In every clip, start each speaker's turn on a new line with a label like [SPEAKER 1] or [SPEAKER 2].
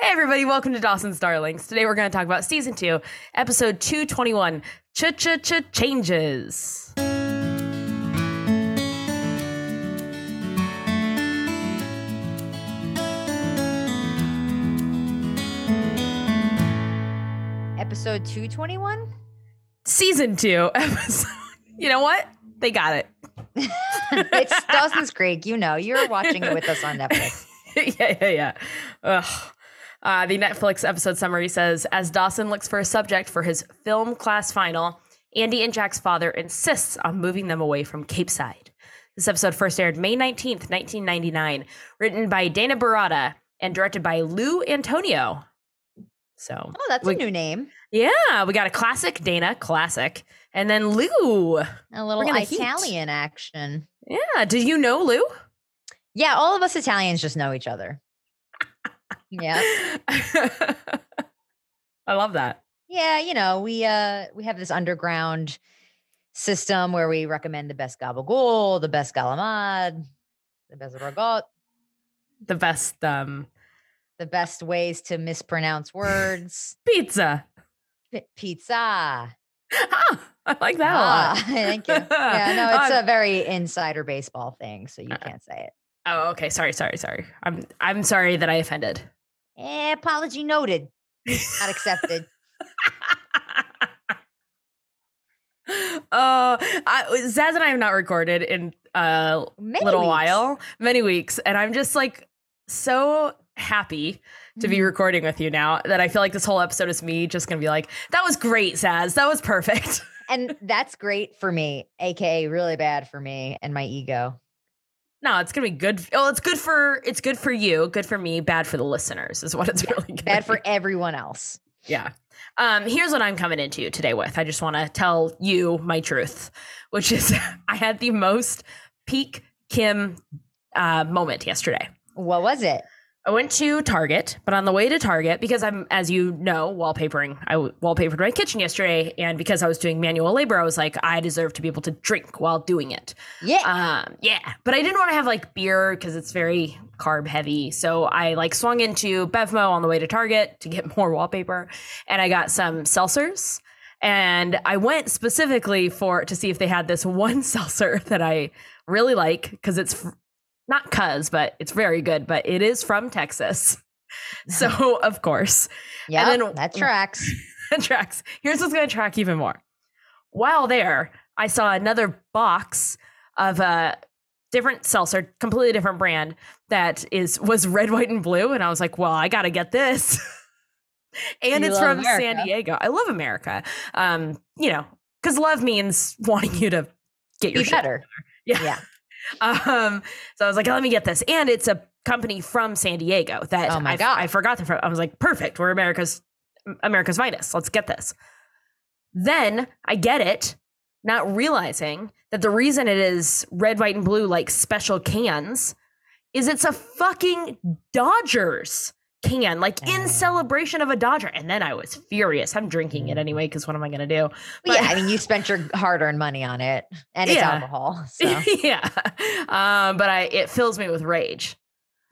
[SPEAKER 1] everybody. Welcome to Dawson's Darlings. Today we're going to talk about season two, episode 221 Cha Cha Cha Changes.
[SPEAKER 2] Episode 221?
[SPEAKER 1] Season two, episode. You know what? They got it.
[SPEAKER 2] it's Dawson's Creek. You know, you're watching it with us on Netflix.
[SPEAKER 1] yeah, yeah, yeah. Ugh. Uh, the Netflix episode summary says As Dawson looks for a subject for his film class final, Andy and Jack's father insists on moving them away from Cape Side. This episode first aired May 19th, 1999, written by Dana Barada and directed by Lou Antonio. So,
[SPEAKER 2] Oh, that's
[SPEAKER 1] We-
[SPEAKER 2] a new name.
[SPEAKER 1] yeah, we got a classic Dana, classic, and then Lou.
[SPEAKER 2] A little
[SPEAKER 1] gonna heat.
[SPEAKER 2] Italian action.
[SPEAKER 1] Yeah, did you know Lou?
[SPEAKER 2] Yeah, all of us Italians just know each other. yeah.
[SPEAKER 1] I love that.
[SPEAKER 2] Yeah, you know, we uh we have this underground system where we recommend the best gabagool, the best galamad, the best ragot,
[SPEAKER 1] The best um,
[SPEAKER 2] the best ways to mispronounce words,
[SPEAKER 1] pizza.
[SPEAKER 2] p- pizza.
[SPEAKER 1] Ah, I like that
[SPEAKER 2] Ah,
[SPEAKER 1] a lot.
[SPEAKER 2] Thank you. Yeah, no, it's
[SPEAKER 1] I'm-
[SPEAKER 2] a very insider baseball thing, so you
[SPEAKER 1] Uh,
[SPEAKER 2] can't say it.
[SPEAKER 1] Oh, okay. Sorry, sorry, sorry. I'm I'm sorry that I offended.
[SPEAKER 2] Eh, apology noted. Not accepted.
[SPEAKER 1] Oh, I Zaz and I have not recorded in a
[SPEAKER 2] Many
[SPEAKER 1] little
[SPEAKER 2] weeks.
[SPEAKER 1] while, many weeks, and I'm just like so happy to be
[SPEAKER 2] Mhm.
[SPEAKER 1] recording with you now that I feel like this whole episode is me just gonna be like, that was great, Zaz. That was perfect.
[SPEAKER 2] And that's great for me, aka really bad for me and my ego.
[SPEAKER 1] No, it's gonna be good. Oh, it's good for it's good for you, good for me, bad for the listeners is what it's really gonna
[SPEAKER 2] Bad
[SPEAKER 1] be.
[SPEAKER 2] for everyone else.
[SPEAKER 1] Yeah. Um, here's what I'm coming into today with. I just want to tell you my truth, which is I had the most peak Kim uh, moment yesterday.
[SPEAKER 2] What was it?
[SPEAKER 1] I went to Target, but on the way to Target, because I'm, as you know, wallpapering, I w- wallpapered my kitchen yesterday. And because I was doing manual labor, I was like, I deserve to be able to drink while doing it.
[SPEAKER 2] Yeah.
[SPEAKER 1] Um, yeah, but I didn't want to have like beer because it's very carb heavy. So I like swung into Bevmo on the way to Target to get more wallpaper, and I got some seltzers. And I went specifically for to see if they had this one seltzer that I really like because it's fr- not cuz, but it's very good. But it is from Texas, so of course
[SPEAKER 2] yeah.
[SPEAKER 1] then-
[SPEAKER 2] that tracks.
[SPEAKER 1] that tracks. Here's what's going to track even more. While there, I saw another box of a different seltzer, completely different brand that is was red, white, and blue, and I was like, "Well, I got to get this." and
[SPEAKER 2] You
[SPEAKER 1] it's
[SPEAKER 2] love
[SPEAKER 1] from San
[SPEAKER 2] America.
[SPEAKER 1] Diego. I love America. Um, you know, because love means wanting you to get your
[SPEAKER 2] Be
[SPEAKER 1] shit
[SPEAKER 2] better.
[SPEAKER 1] Yeah.
[SPEAKER 2] Yeah.
[SPEAKER 1] um, so I was like, let me get this. And it's a company from San Diego that
[SPEAKER 2] Oh my
[SPEAKER 1] I,
[SPEAKER 2] God.
[SPEAKER 1] I forgot the fr- I was like, perfect. We're America's America's finest. Let's get this. Then I get it, not realizing that the reason it is red, white, and blue like special cans is it's a fucking Dodgers can, like
[SPEAKER 2] Oh.
[SPEAKER 1] in celebration of a Dodger. And then I was furious. I'm drinking it anyway, because what am I gonna do?
[SPEAKER 2] But Mm. yeah.
[SPEAKER 1] But-
[SPEAKER 2] I mean, you spent your hard earned money on it and it's
[SPEAKER 1] Yeah.
[SPEAKER 2] alcohol. So.
[SPEAKER 1] yeah. Um, but I it fills me with rage.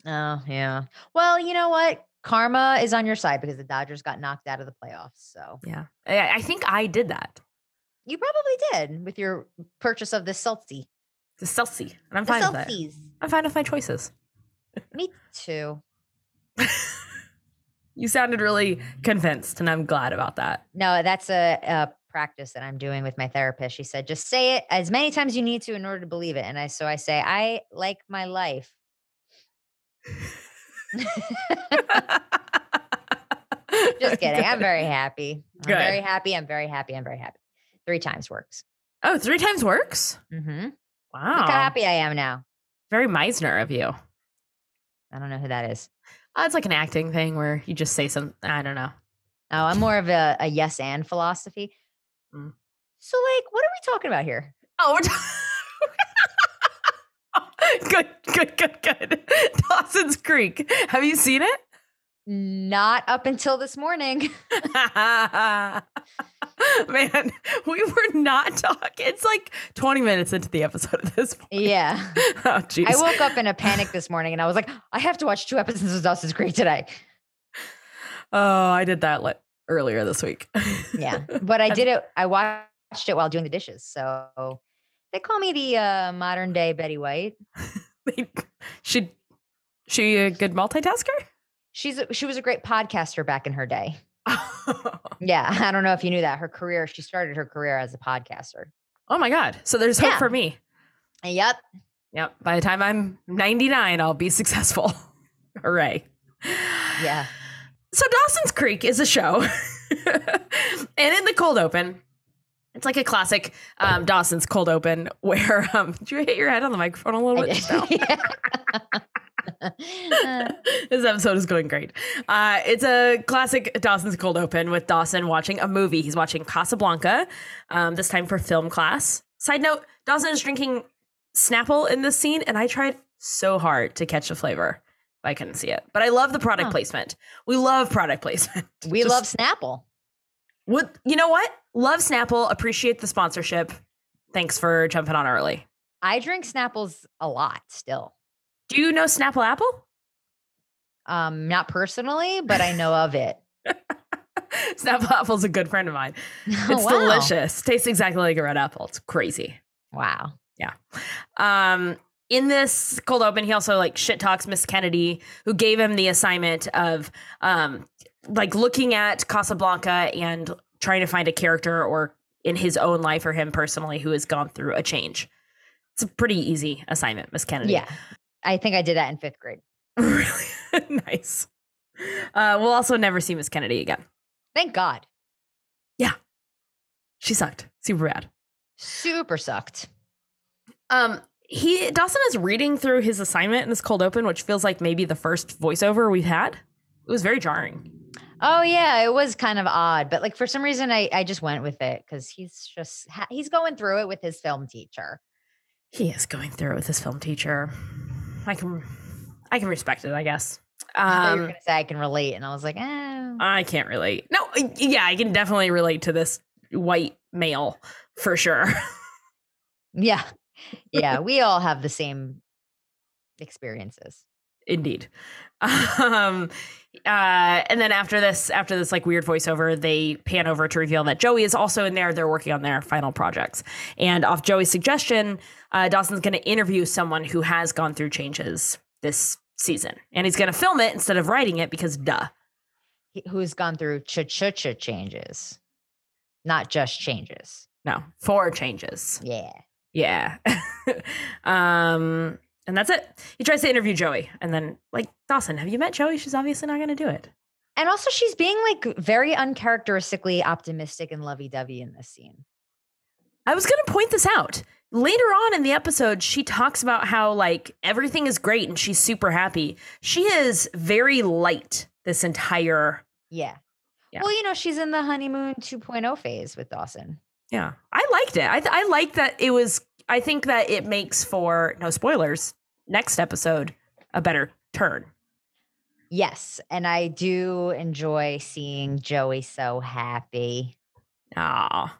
[SPEAKER 2] Oh, yeah. Well, you know what? Karma is on your side because the Dodgers got knocked out of the playoffs. So
[SPEAKER 1] Yeah. I, I think I did that.
[SPEAKER 2] you probably did with your purchase of the Seltzy.
[SPEAKER 1] The Celsi. And I'm
[SPEAKER 2] The
[SPEAKER 1] fine with that.
[SPEAKER 2] Seltzies.
[SPEAKER 1] I'm fine with my choices.
[SPEAKER 2] Me too.
[SPEAKER 1] You sounded really convinced, and I'm glad about that.
[SPEAKER 2] No, that's a, a practice that I'm doing with my therapist. She said, just say it as many times you need to in order to believe it. And I, so I say, I like my life. Just kidding. I'm very happy. I'm
[SPEAKER 1] Good.
[SPEAKER 2] very happy. I'm very happy. I'm very happy. Three times works.
[SPEAKER 1] Oh, three times works?
[SPEAKER 2] Mm-hmm. Look how
[SPEAKER 1] Wow.
[SPEAKER 2] happy I am now.
[SPEAKER 1] Very Meisner of you.
[SPEAKER 2] I don't know who that is.
[SPEAKER 1] Uh, it's like an acting thing where you just say some. I don't know.
[SPEAKER 2] Oh, I'm more of a, a yes and philosophy.
[SPEAKER 1] Mm.
[SPEAKER 2] So, like, what are we talking about here?
[SPEAKER 1] Oh, we're talking. good, good, good, good. Dawson's Creek. Have you seen it?
[SPEAKER 2] Not up until this morning.
[SPEAKER 1] Man, we were not talking. It's like 20 minutes into the episode at this point.
[SPEAKER 2] yeah.
[SPEAKER 1] Oh, jeez.
[SPEAKER 2] I woke up in a panic this morning and I was like, I have to watch two episodes of Dawson's Creek today.
[SPEAKER 1] Oh, I did that like earlier this week.
[SPEAKER 2] yeah. But I did it. I watched it while doing the dishes. So they call me the uh, modern day Betty White.
[SPEAKER 1] she she a good multitasker?
[SPEAKER 2] She's a, she was a great podcaster back in her day.
[SPEAKER 1] Oh
[SPEAKER 2] Yeah, I don't know if you knew that. Her career, she started her career as a podcaster.
[SPEAKER 1] oh my god. So there's hope
[SPEAKER 2] Yeah.
[SPEAKER 1] for me.
[SPEAKER 2] Yep.
[SPEAKER 1] Yep. By the time I'm 99, I'll be successful. Hooray.
[SPEAKER 2] Yeah.
[SPEAKER 1] So Dawson's Creek is a show. and in the cold open, it's like a classic um, Dawson's cold open where um, did you hit your head on the microphone a little
[SPEAKER 2] I
[SPEAKER 1] bit?
[SPEAKER 2] did.
[SPEAKER 1] Just now?
[SPEAKER 2] Yeah. Uh,
[SPEAKER 1] this episode is going great. Uh, it's a classic Dawson's Cold Open with Dawson watching a movie. He's watching Casablanca, um, this time for film class. Side note Dawson is drinking Snapple in this scene, and I tried so hard to catch the flavor. but I couldn't see it, but I love the product
[SPEAKER 2] Huh.
[SPEAKER 1] placement. We love product placement.
[SPEAKER 2] we
[SPEAKER 1] Just-
[SPEAKER 2] love Snapple.
[SPEAKER 1] What you know? What love Snapple? Appreciate the sponsorship. Thanks for jumping on early.
[SPEAKER 2] I drink Snapples a lot still.
[SPEAKER 1] Do you know Snapple Apple?
[SPEAKER 2] Um, not personally, but I know of it.
[SPEAKER 1] Snapple Apple's a good friend of mine. It's
[SPEAKER 2] Oh, Wow.
[SPEAKER 1] delicious. Tastes exactly like a red apple. It's crazy.
[SPEAKER 2] Wow.
[SPEAKER 1] Um, in this cold open, he also like shit talks Miss Kennedy, who gave him the assignment of um, like looking at Casablanca and trying to find a character or in his own life or him personally who has gone through a change. It's a pretty easy assignment, Miss Kennedy.
[SPEAKER 2] Yeah. I think I did that in fifth grade.
[SPEAKER 1] really nice. Uh, we'll also never see Miss Kennedy again.
[SPEAKER 2] Thank God.
[SPEAKER 1] She sucked. Super bad.
[SPEAKER 2] Super sucked.
[SPEAKER 1] Um, he Dawson is reading through his assignment in this cold open, which feels like maybe the first voiceover we've had. It was very jarring.
[SPEAKER 2] Oh yeah, it was kind of odd, but like for some reason I I just went with it because he's just ha- he's going through it with his film teacher.
[SPEAKER 1] He is going through it with his film teacher. I can, I can respect it, I guess.
[SPEAKER 2] I thought you were
[SPEAKER 1] Um, Uh
[SPEAKER 2] gonna say I can relate, and I was like, eh.
[SPEAKER 1] I can't relate. No, I- yeah, I can definitely relate to this white male for sure.
[SPEAKER 2] yeah, yeah. We all have the same experiences.
[SPEAKER 1] Indeed. Um, uh, and then after this, after this like weird voiceover, they pan over to reveal that Joey is also in there. They're working on their final projects. And off Joey's suggestion, uh, Dawson's going to interview someone who has gone through changes this season, and he's going to film it instead of writing it because duh.
[SPEAKER 2] He- Who's gone through cha cha cha changes, not just changes.
[SPEAKER 1] No, four changes.
[SPEAKER 2] Yeah,
[SPEAKER 1] Yeah. um, and that's it. He tries to interview Joey, and then like Dawson, have you met Joey? She's obviously not going to do it.
[SPEAKER 2] and also she's being like very uncharacteristically optimistic and lovey dovey in this scene.
[SPEAKER 1] I was going to point this out. Later on in the episode, she talks about how like everything is great and she's super happy. She is very light this entire
[SPEAKER 2] Yeah.
[SPEAKER 1] Yeah.
[SPEAKER 2] Well, you know, she's in the honeymoon 2.0 phase with Dawson.
[SPEAKER 1] Yeah. I liked it. I th- I like that it was I think that it makes for no spoilers next episode a better turn.
[SPEAKER 2] Yes. And I do enjoy seeing Joey so happy.
[SPEAKER 1] Ah.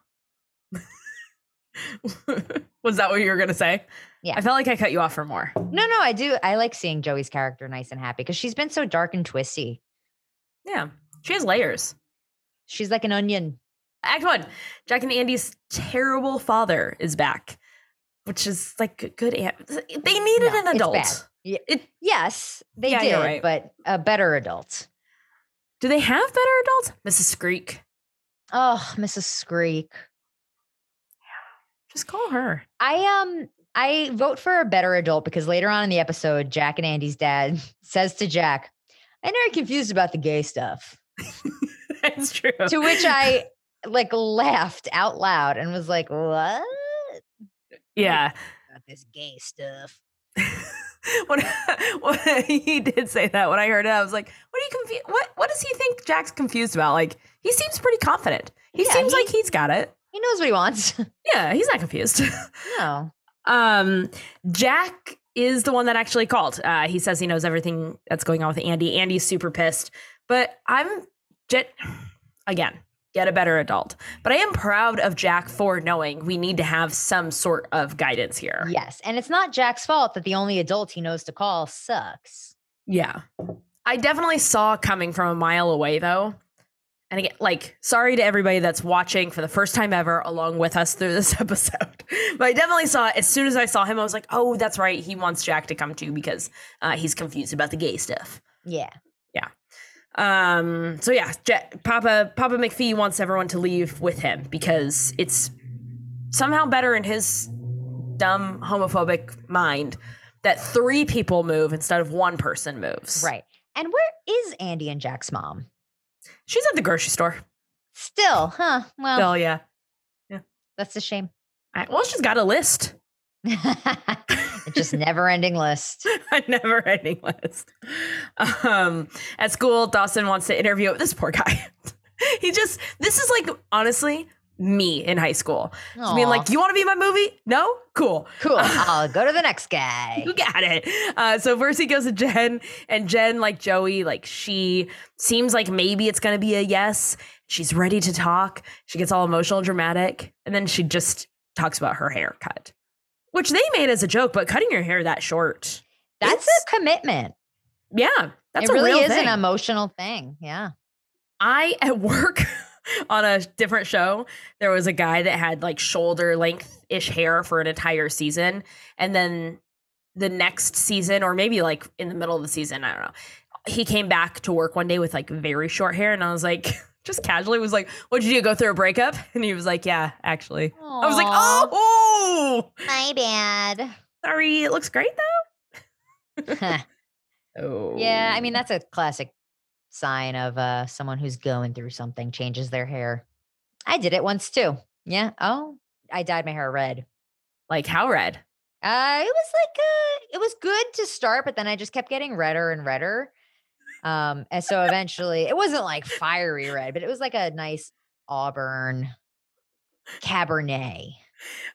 [SPEAKER 1] was that what you were going to say?
[SPEAKER 2] Yeah.
[SPEAKER 1] I felt like I cut you off for more.
[SPEAKER 2] No, no, I do. I like seeing Joey's character nice and happy because she's been so dark and twisty.
[SPEAKER 1] Yeah. She has layers.
[SPEAKER 2] She's like an onion.
[SPEAKER 1] Act one, Jack and Andy's terrible father is back, which is like a good. An- they needed
[SPEAKER 2] No,
[SPEAKER 1] an
[SPEAKER 2] it's
[SPEAKER 1] adult.
[SPEAKER 2] bad. Yeah.
[SPEAKER 1] It-
[SPEAKER 2] yes, they
[SPEAKER 1] Yeah,
[SPEAKER 2] did,
[SPEAKER 1] you're right.
[SPEAKER 2] but a better adult.
[SPEAKER 1] Do they have better adults? Mrs. Screek.
[SPEAKER 2] Oh, Mrs. Screek.
[SPEAKER 1] Just call her.
[SPEAKER 2] I um I vote for a better adult because later on in the episode, Jack and Andy's dad says to Jack, I never confused about the gay stuff.
[SPEAKER 1] That's true.
[SPEAKER 2] to which I like laughed out loud and was like, "What
[SPEAKER 1] Yeah.
[SPEAKER 2] about this gay stuff?"
[SPEAKER 1] when, when he did say that, when I heard it, I was like, "What are you confused? What What does he think Jack's confused about? Like, he seems pretty confident. He
[SPEAKER 2] Yeah,
[SPEAKER 1] seems
[SPEAKER 2] he-
[SPEAKER 1] like he's got it.
[SPEAKER 2] He knows what he wants.
[SPEAKER 1] Yeah, he's not confused." Oh.
[SPEAKER 2] no,
[SPEAKER 1] Um, Jack is the one that actually called. Uh, he says he knows everything that's going on with Andy. Andy's super pissed, but I'm jet again. Get a better adult. But I am proud of Jack for knowing we need to have some sort of guidance here.
[SPEAKER 2] yes, and it's not Jack's fault that the only adult he knows to call sucks.
[SPEAKER 1] Yeah. I definitely saw coming from a mile away though. And again, like, sorry to everybody that's watching for the first time ever along with us through this episode. but I definitely saw, as soon as I saw him, I was like, oh, that's right. He wants Jack to come too because uh, he's confused about the gay stuff.
[SPEAKER 2] Yeah.
[SPEAKER 1] Um, so yeah, Ja- Papa Papa McPhee wants everyone to leave with him because it's somehow better in his dumb homophobic mind that three people move instead of one person moves.
[SPEAKER 2] Right. And where is Andy and Jack's mom?
[SPEAKER 1] She's at the grocery store.
[SPEAKER 2] Still, huh? Well,
[SPEAKER 1] Oh yeah.
[SPEAKER 2] that's a shame.
[SPEAKER 1] I, well, she's got a list.
[SPEAKER 2] it's just never ending list.
[SPEAKER 1] a never ending list. Um, at school, Dawson wants to interview this poor guy. he just, this is like, honestly, me in high school. Just being
[SPEAKER 2] Aw,
[SPEAKER 1] like, you want to be in my movie? No? Cool.
[SPEAKER 2] cool. I'll go to the next guy.
[SPEAKER 1] You got it. Uh, so first he goes to Jen, and Jen, like Joey, like she seems like maybe it's gonna be a yes. She's ready to talk. She gets all emotional, dramatic, and then she just talks about her haircut, which they made as a joke. But cutting your hair that short,
[SPEAKER 2] That's
[SPEAKER 1] It's-
[SPEAKER 2] a commitment.
[SPEAKER 1] yeah, that's
[SPEAKER 2] it really
[SPEAKER 1] a real
[SPEAKER 2] is
[SPEAKER 1] thing.
[SPEAKER 2] an emotional thing. Yeah.
[SPEAKER 1] I at work on a different show, there was a guy that had like shoulder length ish hair for an entire season. And then the next season, or maybe like in the middle of the season, I don't know. He came back to work one day with like very short hair. And I was like, just casually was like, What'd you do? Go through a breakup? And he was like, Yeah, actually. I was like,
[SPEAKER 2] Aw,
[SPEAKER 1] Oh, oh,
[SPEAKER 2] my bad.
[SPEAKER 1] sorry. It looks great though. Oh,
[SPEAKER 2] yeah. I mean, that's a classic sign of uh, someone who's going through something changes their hair. I did it once too. Yeah. Oh, I dyed my hair red.
[SPEAKER 1] like how red?
[SPEAKER 2] Uh, it was like uh, it was good to start, but then I just kept getting redder and redder. Um, and so eventually, it wasn't like fiery red, but it was like a nice auburn cabernet.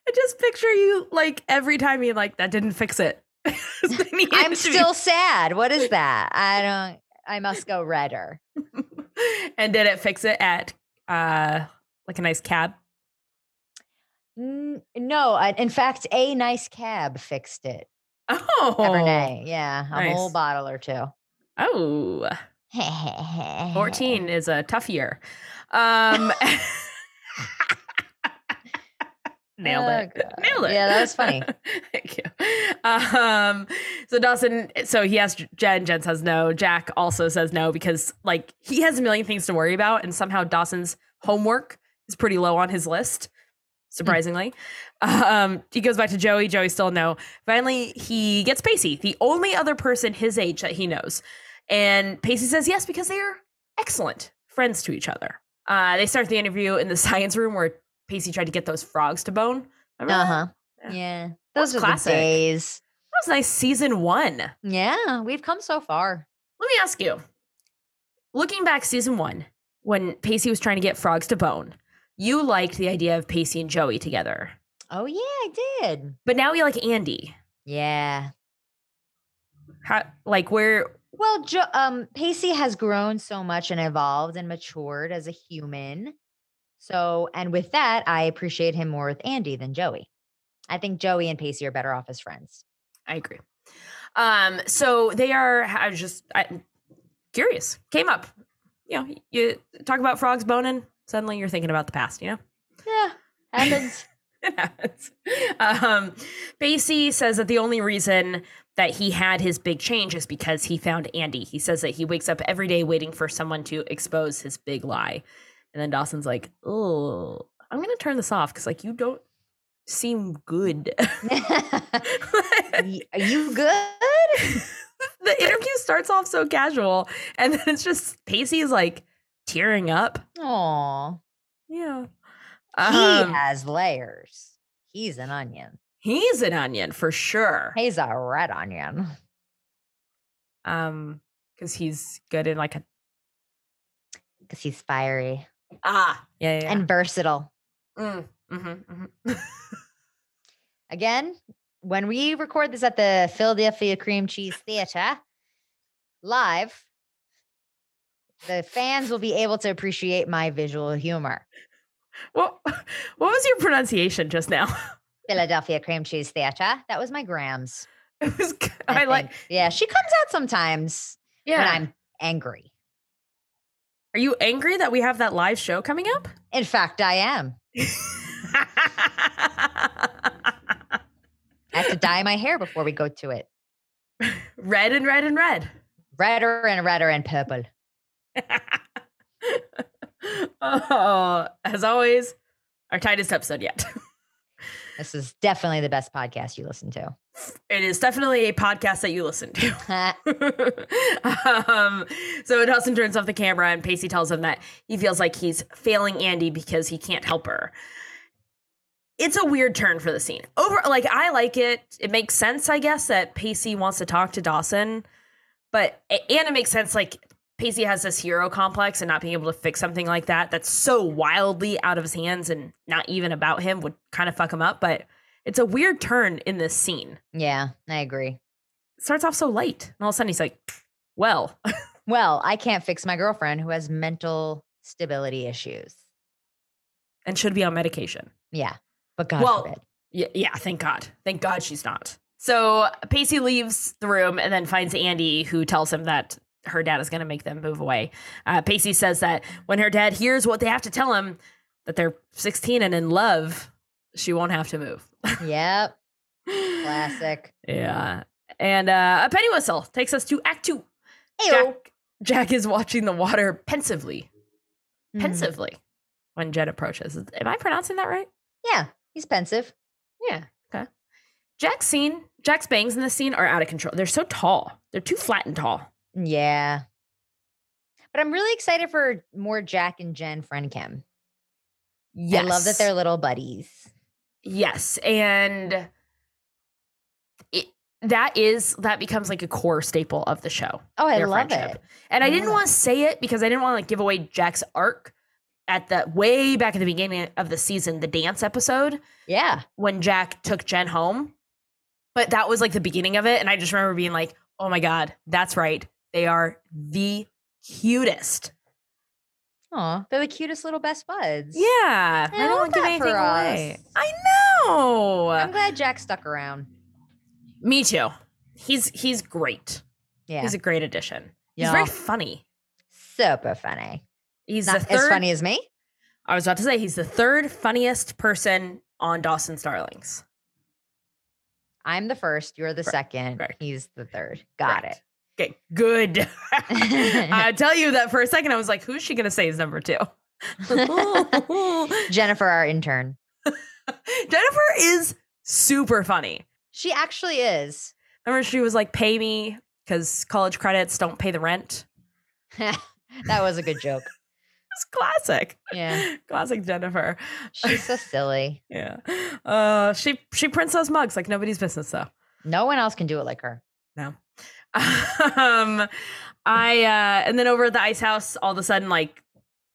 [SPEAKER 1] I just picture you like every time you like that didn't fix it. They needed
[SPEAKER 2] I'm
[SPEAKER 1] to be-
[SPEAKER 2] still sad. What is that? I don't. I must go redder.
[SPEAKER 1] and did it fix it at uh like a nice cab?
[SPEAKER 2] N- No, I, in fact, a nice cab fixed it.
[SPEAKER 1] Oh,
[SPEAKER 2] Cabernet, yeah, a whole
[SPEAKER 1] nice.
[SPEAKER 2] bottle or two.
[SPEAKER 1] oh, 14 is a tough year. Um, nailed it.
[SPEAKER 2] Oh, God.
[SPEAKER 1] Nailed it.
[SPEAKER 2] Yeah, that was funny.
[SPEAKER 1] Thank you. Um, so Dawson, so he asked Jen. Jen says no. Jack also says no because like he has a million things to worry about, and somehow Dawson's homework is pretty low on his list.
[SPEAKER 2] Hmm.
[SPEAKER 1] Surprisingly, um, he goes back to Joey. Joey still no. Finally, he gets Pacey, the only other person his age that he knows, and Pacey says yes because they are excellent friends to each other. Uh, they start the interview in the science room where Pacey tried to get those frogs to bone. Remember
[SPEAKER 2] Uh
[SPEAKER 1] that?
[SPEAKER 2] huh.
[SPEAKER 1] Yeah.
[SPEAKER 2] Yeah,
[SPEAKER 1] That's
[SPEAKER 2] those are the
[SPEAKER 1] classic.
[SPEAKER 2] days.
[SPEAKER 1] That was nice season one. Let
[SPEAKER 2] Yeah, we've come so far.
[SPEAKER 1] me ask you. Looking back season one, when Pacey was trying to get frogs to bone, you liked the idea of Pacey and Joey together.
[SPEAKER 2] Oh yeah, I did.
[SPEAKER 1] But now you like Andy.
[SPEAKER 2] Yeah.
[SPEAKER 1] How like where
[SPEAKER 2] Well, jo- um, Pacey has grown so much and evolved and matured as a human. So, and with that, I appreciate him more with Andy than Joey. I think Joey and Pacey are better off as friends.
[SPEAKER 1] I agree. Um, so they are I was just I, curious. Came up. You know, you talk about frogs boning, suddenly you're thinking about the past, you know?
[SPEAKER 2] Yeah, happens.
[SPEAKER 1] It happens. um, Basie says that the only reason that he had his big change is because he found Andy. He says that he wakes up every day waiting for someone to expose his big lie. And then Dawson's like, oh, I'm going to turn this off because, like, you don't seem good.
[SPEAKER 2] Y- are you good?
[SPEAKER 1] the interview starts off so casual. And then it's just, Pacey is like tearing up.
[SPEAKER 2] Aw,
[SPEAKER 1] Yeah.
[SPEAKER 2] he
[SPEAKER 1] Um,
[SPEAKER 2] has layers. He's an onion.
[SPEAKER 1] he's an onion for sure.
[SPEAKER 2] He's a red onion.
[SPEAKER 1] Um, because he's good in like a
[SPEAKER 2] Because he's fiery
[SPEAKER 1] Ah, yeah, yeah.
[SPEAKER 2] and versatile.
[SPEAKER 1] mm-hmm,
[SPEAKER 2] again, when we record this at the Philadelphia Cream Cheese Theater live, the fans will be able to appreciate my visual humor.
[SPEAKER 1] What What was your pronunciation just now?
[SPEAKER 2] Philadelphia Cream Cheese Theater. That was my Grams.
[SPEAKER 1] It was. I, like.
[SPEAKER 2] think. Yeah, she comes out sometimes
[SPEAKER 1] Yeah.
[SPEAKER 2] when I'm angry.
[SPEAKER 1] Are you angry that we have that live show coming up?
[SPEAKER 2] In fact, I am. I have to dye my hair before we go to it.
[SPEAKER 1] red and red and red.
[SPEAKER 2] Redder and redder and purple.
[SPEAKER 1] oh, as always, our tightest episode yet.
[SPEAKER 2] This is definitely the best podcast you listen to.
[SPEAKER 1] It is definitely a podcast that you listen to. um, so Dawson turns off the camera, and Pacey tells him that he feels like he's failing Andy because he can't help her. It's a weird turn for the scene. Over, like I like it. It makes sense, I guess, that Pacey wants to talk to Dawson, but and it makes sense like Pacey has this hero complex, and not being able to fix something like that that's so wildly out of his hands and not even about him would kind of fuck him up. But it's a weird turn in this scene.
[SPEAKER 2] yeah, I agree.
[SPEAKER 1] It starts off so light, and all of a sudden he's like, "Well,
[SPEAKER 2] Well, I can't fix my girlfriend who has mental stability issues.
[SPEAKER 1] and should be on medication.
[SPEAKER 2] Yeah. But God
[SPEAKER 1] Well,
[SPEAKER 2] forbid.
[SPEAKER 1] Yeah, yeah, thank God. Thank God she's not. So Pacey leaves the room and then finds Andy, who tells him that her dad is going to make them move away. Uh, Pacey says that when her dad hears what they have to tell him, that they're 16 and in love, she won't have to move.
[SPEAKER 2] Yep. Classic.
[SPEAKER 1] Yeah. And uh, a penny whistle takes us to Act Two.
[SPEAKER 2] Ayo.
[SPEAKER 1] Jack, Jack is watching the water pensively,
[SPEAKER 2] Mhm.
[SPEAKER 1] pensively when Jed approaches. Am I pronouncing that right?
[SPEAKER 2] Yeah. He's pensive.
[SPEAKER 1] Yeah. Okay. Jack's scene, Jack's bangs in this scene are out of control. They're so tall. They're too flat and tall.
[SPEAKER 2] Yeah. But I'm really excited for more Jack and Jen friend chem. I love that they're little buddies.
[SPEAKER 1] Yes, and it, that is that becomes like a core staple of the show.
[SPEAKER 2] Oh, I
[SPEAKER 1] their
[SPEAKER 2] love
[SPEAKER 1] friendship.
[SPEAKER 2] it. Mm.
[SPEAKER 1] And I,
[SPEAKER 2] I
[SPEAKER 1] didn't
[SPEAKER 2] love
[SPEAKER 1] want to say it because I didn't want to like give away Jack's arc at the way back at the beginning of the season, the dance episode.
[SPEAKER 2] Yeah.
[SPEAKER 1] when Jack took Jen home. But that was like the beginning of it. And I just remember being like, oh my God, that's right. They are the cutest.
[SPEAKER 2] Aw, they're the cutest little best buds.
[SPEAKER 1] Yeah.
[SPEAKER 2] I love
[SPEAKER 1] wanna
[SPEAKER 2] that for us.
[SPEAKER 1] I know.
[SPEAKER 2] I'm glad Jack stuck around.
[SPEAKER 1] Me too. He's he's great.
[SPEAKER 2] Yeah.
[SPEAKER 1] He's a great addition. He's
[SPEAKER 2] Yeah.
[SPEAKER 1] very funny.
[SPEAKER 2] super funny.
[SPEAKER 1] He's
[SPEAKER 2] Not
[SPEAKER 1] the
[SPEAKER 2] as
[SPEAKER 1] third,
[SPEAKER 2] funny as me.
[SPEAKER 1] I was about to say he's the third funniest person on Dawson Starlings.
[SPEAKER 2] I'm the first. You're the
[SPEAKER 1] Correct,
[SPEAKER 2] second.
[SPEAKER 1] correct.
[SPEAKER 2] He's the third. Got
[SPEAKER 1] Correct. Okay, good. I tell you that for a second, I was like, who's she gonna say is number two?
[SPEAKER 2] it. Jennifer, our intern.
[SPEAKER 1] Jennifer is super funny.
[SPEAKER 2] She actually is.
[SPEAKER 1] Remember, she was like, pay me because college credits don't pay the rent.
[SPEAKER 2] that was a good joke.
[SPEAKER 1] It's classic.
[SPEAKER 2] Yeah.
[SPEAKER 1] Classic Jennifer.
[SPEAKER 2] She's so silly.
[SPEAKER 1] Yeah. Uh, she she prints those mugs like nobody's business, though.
[SPEAKER 2] No one else can do it like her.
[SPEAKER 1] um, I uh, and then over at the ice house, all of a sudden, like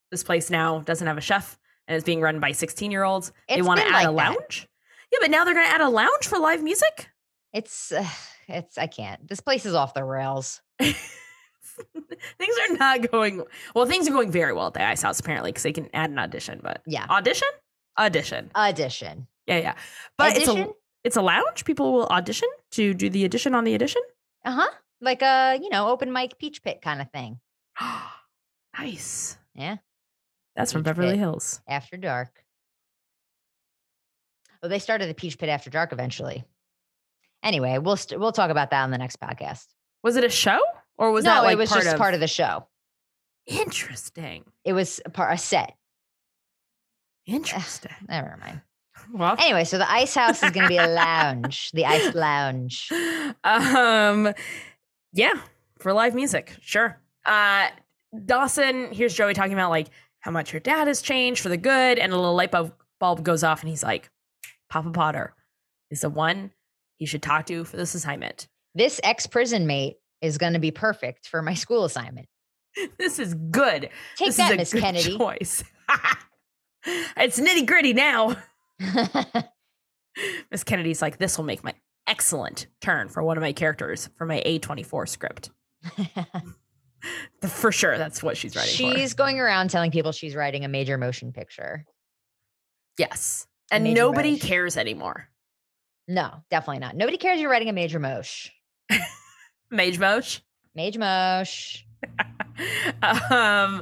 [SPEAKER 1] this place now doesn't have a chef and it's being run by 16 year olds. They
[SPEAKER 2] It's
[SPEAKER 1] want to
[SPEAKER 2] been
[SPEAKER 1] add
[SPEAKER 2] like
[SPEAKER 1] a
[SPEAKER 2] that.
[SPEAKER 1] lounge. Yeah, but now they're going to add a lounge for live music.
[SPEAKER 2] It's, uh, it's, I can't. This place is off the rails.
[SPEAKER 1] things are not going well. Things are going very well at the Ice House apparently because they can add an audition. But
[SPEAKER 2] Yeah.
[SPEAKER 1] audition, audition,
[SPEAKER 2] Audition.
[SPEAKER 1] yeah, yeah. But it's
[SPEAKER 2] Audition?
[SPEAKER 1] a it's a lounge. People will audition to do the audition on the audition.
[SPEAKER 2] Uh huh. Like a, you know, open mic peach pit kind of thing
[SPEAKER 1] nice.
[SPEAKER 2] Yeah.
[SPEAKER 1] that's from
[SPEAKER 2] Huge
[SPEAKER 1] Beverly
[SPEAKER 2] hit.
[SPEAKER 1] Hills.
[SPEAKER 2] after dark. Well, they started the peach pit after dark eventually. Anyway, we'll st- we'll talk about that on the next podcast.
[SPEAKER 1] Was it a show or was
[SPEAKER 2] no,
[SPEAKER 1] that like
[SPEAKER 2] it was
[SPEAKER 1] part
[SPEAKER 2] just
[SPEAKER 1] of
[SPEAKER 2] part of the show.
[SPEAKER 1] interesting?
[SPEAKER 2] It was a, part, a set.
[SPEAKER 1] Interesting.
[SPEAKER 2] Never mind.
[SPEAKER 1] Well,
[SPEAKER 2] Anyway, so the ice house is going to be a lounge, the ice lounge.
[SPEAKER 1] um yeah for live music sure uh dawson here's joey talking about like how much her dad has changed for the good and a little light bulb, bulb goes off and he's like papa potter is the one he should talk to for this assignment
[SPEAKER 2] This ex prison mate is going to be perfect for my school assignment.
[SPEAKER 1] this is good
[SPEAKER 2] Take
[SPEAKER 1] this is
[SPEAKER 2] that,
[SPEAKER 1] a
[SPEAKER 2] Miss
[SPEAKER 1] good
[SPEAKER 2] Kennedy.
[SPEAKER 1] choice it's nitty gritty now miss kennedy's like this will make my excellent turn for one of my characters for my a24 script for sure that's what she's writing for.
[SPEAKER 2] she's going around telling people she's writing a major motion picture.
[SPEAKER 1] Yes. And
[SPEAKER 2] Major
[SPEAKER 1] nobody
[SPEAKER 2] rush.
[SPEAKER 1] cares anymore.
[SPEAKER 2] No, definitely not. Nobody cares you're writing a major mosh.
[SPEAKER 1] Mage Mosh.
[SPEAKER 2] Mage mosh.
[SPEAKER 1] um, uh,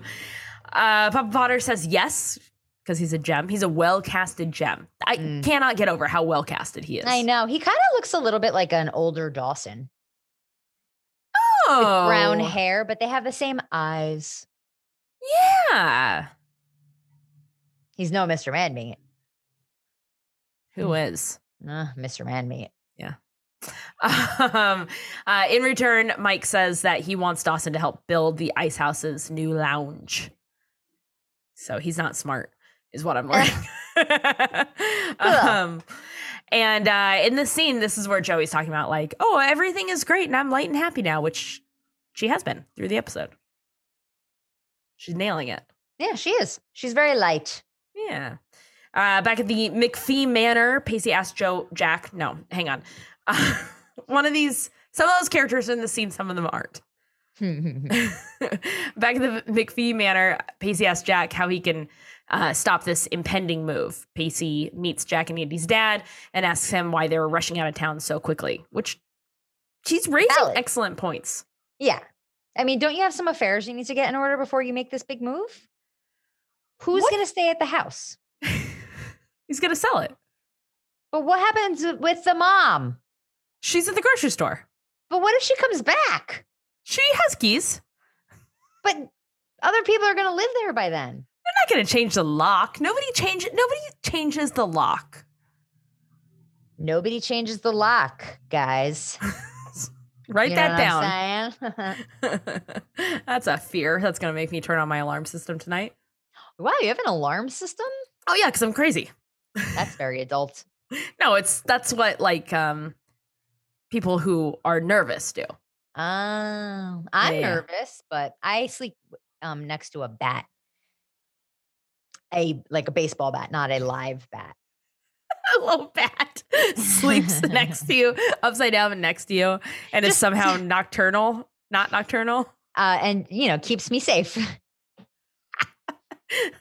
[SPEAKER 1] Papa Potter says yes because he's a gem. He's a well casted gem. I
[SPEAKER 2] Mm.
[SPEAKER 1] cannot get over how well casted he is.
[SPEAKER 2] I know. He kind of looks a little bit like an older Dawson.
[SPEAKER 1] Oh,
[SPEAKER 2] Brown hair, but they have the same eyes.
[SPEAKER 1] Yeah.
[SPEAKER 2] He's no Mr. Man Meat.
[SPEAKER 1] Who
[SPEAKER 2] Mm.
[SPEAKER 1] is?
[SPEAKER 2] Nah, Mr. Man Meat.
[SPEAKER 1] Um, uh, in return, Mike says that he wants Dawson to help build the Ice House's new lounge. So he's not smart, is what I'm learning. um, and uh, in this scene, this is where Joey's talking about, like, oh, everything is great and I'm light and happy now, which she has been through the episode. She's nailing it.
[SPEAKER 2] Yeah, she is. She's very light.
[SPEAKER 1] Yeah. Uh, back at the McPhee Manor, Pacey asked Joe Jack. No, hang on. one of these, some of those characters are in the scene, some of them aren't. back at the McPhee Manor, Pacey asks Jack how he can uh, stop this impending move. Pacey meets Jack and Andy's dad and asks him why they were rushing out of town so quickly, which she's raising
[SPEAKER 2] Valid.
[SPEAKER 1] excellent points.
[SPEAKER 2] yeah. I mean, don't you have some affairs you need to get in order before you make this big move? Who's
[SPEAKER 1] What?
[SPEAKER 2] going to stay at the house?
[SPEAKER 1] He's going to sell it.
[SPEAKER 2] But what happens with the mom?
[SPEAKER 1] She's at the grocery store.
[SPEAKER 2] But what if she comes back?
[SPEAKER 1] She has keys.
[SPEAKER 2] But other people are going to live there by then.
[SPEAKER 1] I'm not going to change the lock. Nobody change Nobody changes the lock.
[SPEAKER 2] Nobody changes the lock, guys.
[SPEAKER 1] Write
[SPEAKER 2] You know
[SPEAKER 1] that down.
[SPEAKER 2] what I'm saying?
[SPEAKER 1] That's a fear. That's going to make me turn on my alarm system tonight.
[SPEAKER 2] wow, you have an alarm system?
[SPEAKER 1] Oh yeah, because I'm crazy.
[SPEAKER 2] That's very adult.
[SPEAKER 1] No, it's that's what like um people who are nervous do.
[SPEAKER 2] Oh, Um, I'm
[SPEAKER 1] Yeah.
[SPEAKER 2] nervous, but I sleep um next to a bat. A like a baseball bat, not a live bat.
[SPEAKER 1] A little bat sleeps next to you, upside down and next to you, and is
[SPEAKER 2] Just-
[SPEAKER 1] somehow nocturnal. Not nocturnal.
[SPEAKER 2] Uh, and you know, keeps me safe.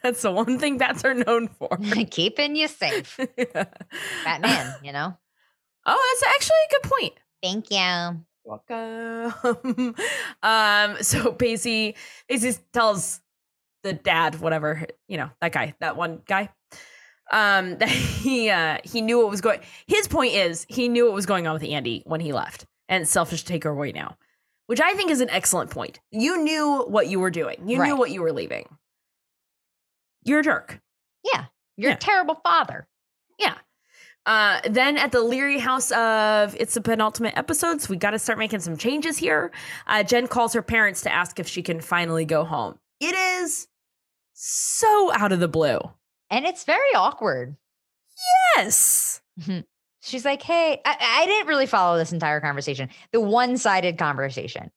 [SPEAKER 1] That's the one thing bats are known for.
[SPEAKER 2] Keeping you safe. Batman, you know?
[SPEAKER 1] Oh, that's actually a good point.
[SPEAKER 2] Thank you.
[SPEAKER 1] welcome. um, so Pacey, Pacey tells the dad, whatever, you know, that guy, that one guy, um, that he uh, he knew what was going. His point is he knew what was going on with Andy when he left, and it's selfish to take her away now, which I think is an excellent point. You knew what you were doing. You knew
[SPEAKER 2] Right.
[SPEAKER 1] what you were leaving. You're a jerk.
[SPEAKER 2] You're
[SPEAKER 1] Yeah.
[SPEAKER 2] a terrible father.
[SPEAKER 1] Uh, then at the Leary house of it's the penultimate episode, so we got to start making some changes here. Uh, Jen calls her parents to ask if she can finally go home. It is so out of the blue.
[SPEAKER 2] And it's very awkward.
[SPEAKER 1] Yes.
[SPEAKER 2] She's like, hey, I, I didn't really follow this entire conversation, the one sided conversation.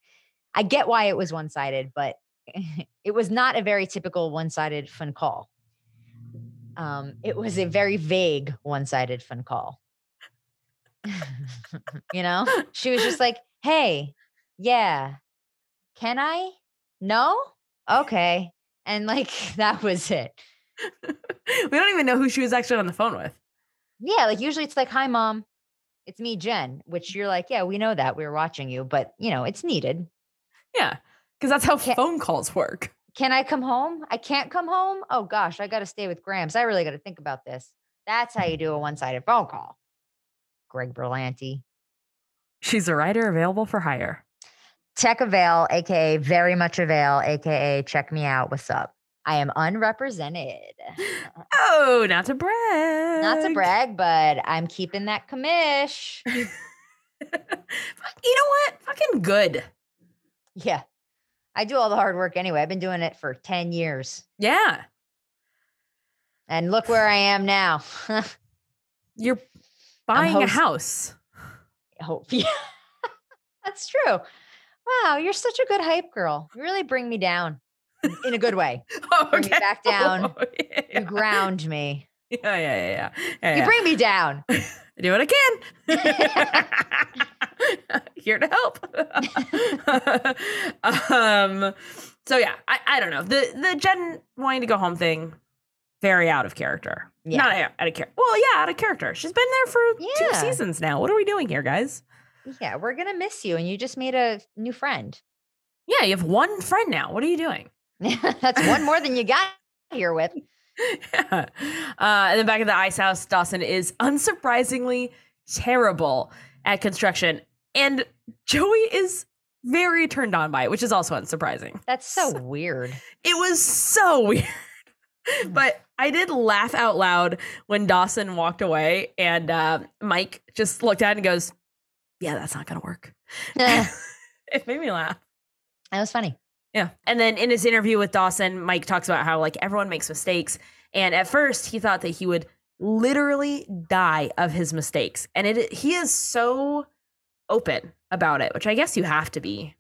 [SPEAKER 2] I get why it was one sided, but it was not a very typical one sided phone call. Um, it was a very vague one sided phone call. you know, she was just like, hey, yeah, can I? No? Okay. And like, that was it.
[SPEAKER 1] We don't even know who she was actually on the phone with.
[SPEAKER 2] Yeah, like usually it's like, "Hi, mom, it's me, Jen," which you're like, "Yeah, we know that we were watching you, but you know it's needed.
[SPEAKER 1] Yeah, because that's how
[SPEAKER 2] Ca-
[SPEAKER 1] phone calls work.
[SPEAKER 2] Can I come home? I can't come home. Oh gosh, I got to stay with Gramps. I really got to think about this. That's how you do a one-sided phone call." Greg Berlanti,
[SPEAKER 1] She's a writer available for hire.
[SPEAKER 2] Check Avail, aka Very Much Avail, aka Check Me Out. What's up? I am unrepresented.
[SPEAKER 1] Oh, not to brag.
[SPEAKER 2] Not to brag, but I'm keeping that commish.
[SPEAKER 1] Fuck, you know what? Fucking good.
[SPEAKER 2] Yeah. I do all the hard work anyway. I've been doing it for 10 years.
[SPEAKER 1] Yeah.
[SPEAKER 2] And look where I am now.
[SPEAKER 1] You're buying a
[SPEAKER 2] host-
[SPEAKER 1] house.
[SPEAKER 2] Hope. Yeah. That's true. Wow, you're such a good hype girl. You really bring me down in- in a good way.
[SPEAKER 1] Oh,
[SPEAKER 2] Bring me back down.
[SPEAKER 1] Oh, yeah.
[SPEAKER 2] You ground me.
[SPEAKER 1] Yeah, yeah, yeah, yeah. yeah,
[SPEAKER 2] You
[SPEAKER 1] yeah.
[SPEAKER 2] bring me down.
[SPEAKER 1] I do what I can. Here to help. um, so yeah, I, I don't know the the Jen wanting to go home thing, very out of character.
[SPEAKER 2] Yeah.
[SPEAKER 1] Not out, out of character. Well, yeah, out of character. She's been there for two
[SPEAKER 2] Yeah.
[SPEAKER 1] seasons now. What are we doing here, guys?
[SPEAKER 2] Yeah, we're going to miss you. And you just made a new friend.
[SPEAKER 1] Yeah, you have one friend now. What are you doing?
[SPEAKER 2] That's one more than you got here with.
[SPEAKER 1] yeah. uh, and then back at the ice house, Dawson is unsurprisingly terrible at construction, and Joey is very turned on by it, which is also unsurprising.
[SPEAKER 2] That's so weird.
[SPEAKER 1] It was so weird, but I did laugh out loud when Dawson walked away, and uh, Mike just looked at it and goes, "Yeah, that's not gonna work."
[SPEAKER 2] that
[SPEAKER 1] It made me laugh.
[SPEAKER 2] was funny.
[SPEAKER 1] Yeah. And then in his interview with Dawson, Mike talks about how like everyone makes mistakes. And at first he thought that he would literally die of his mistakes. And it he is so open about it, which I guess you have to be.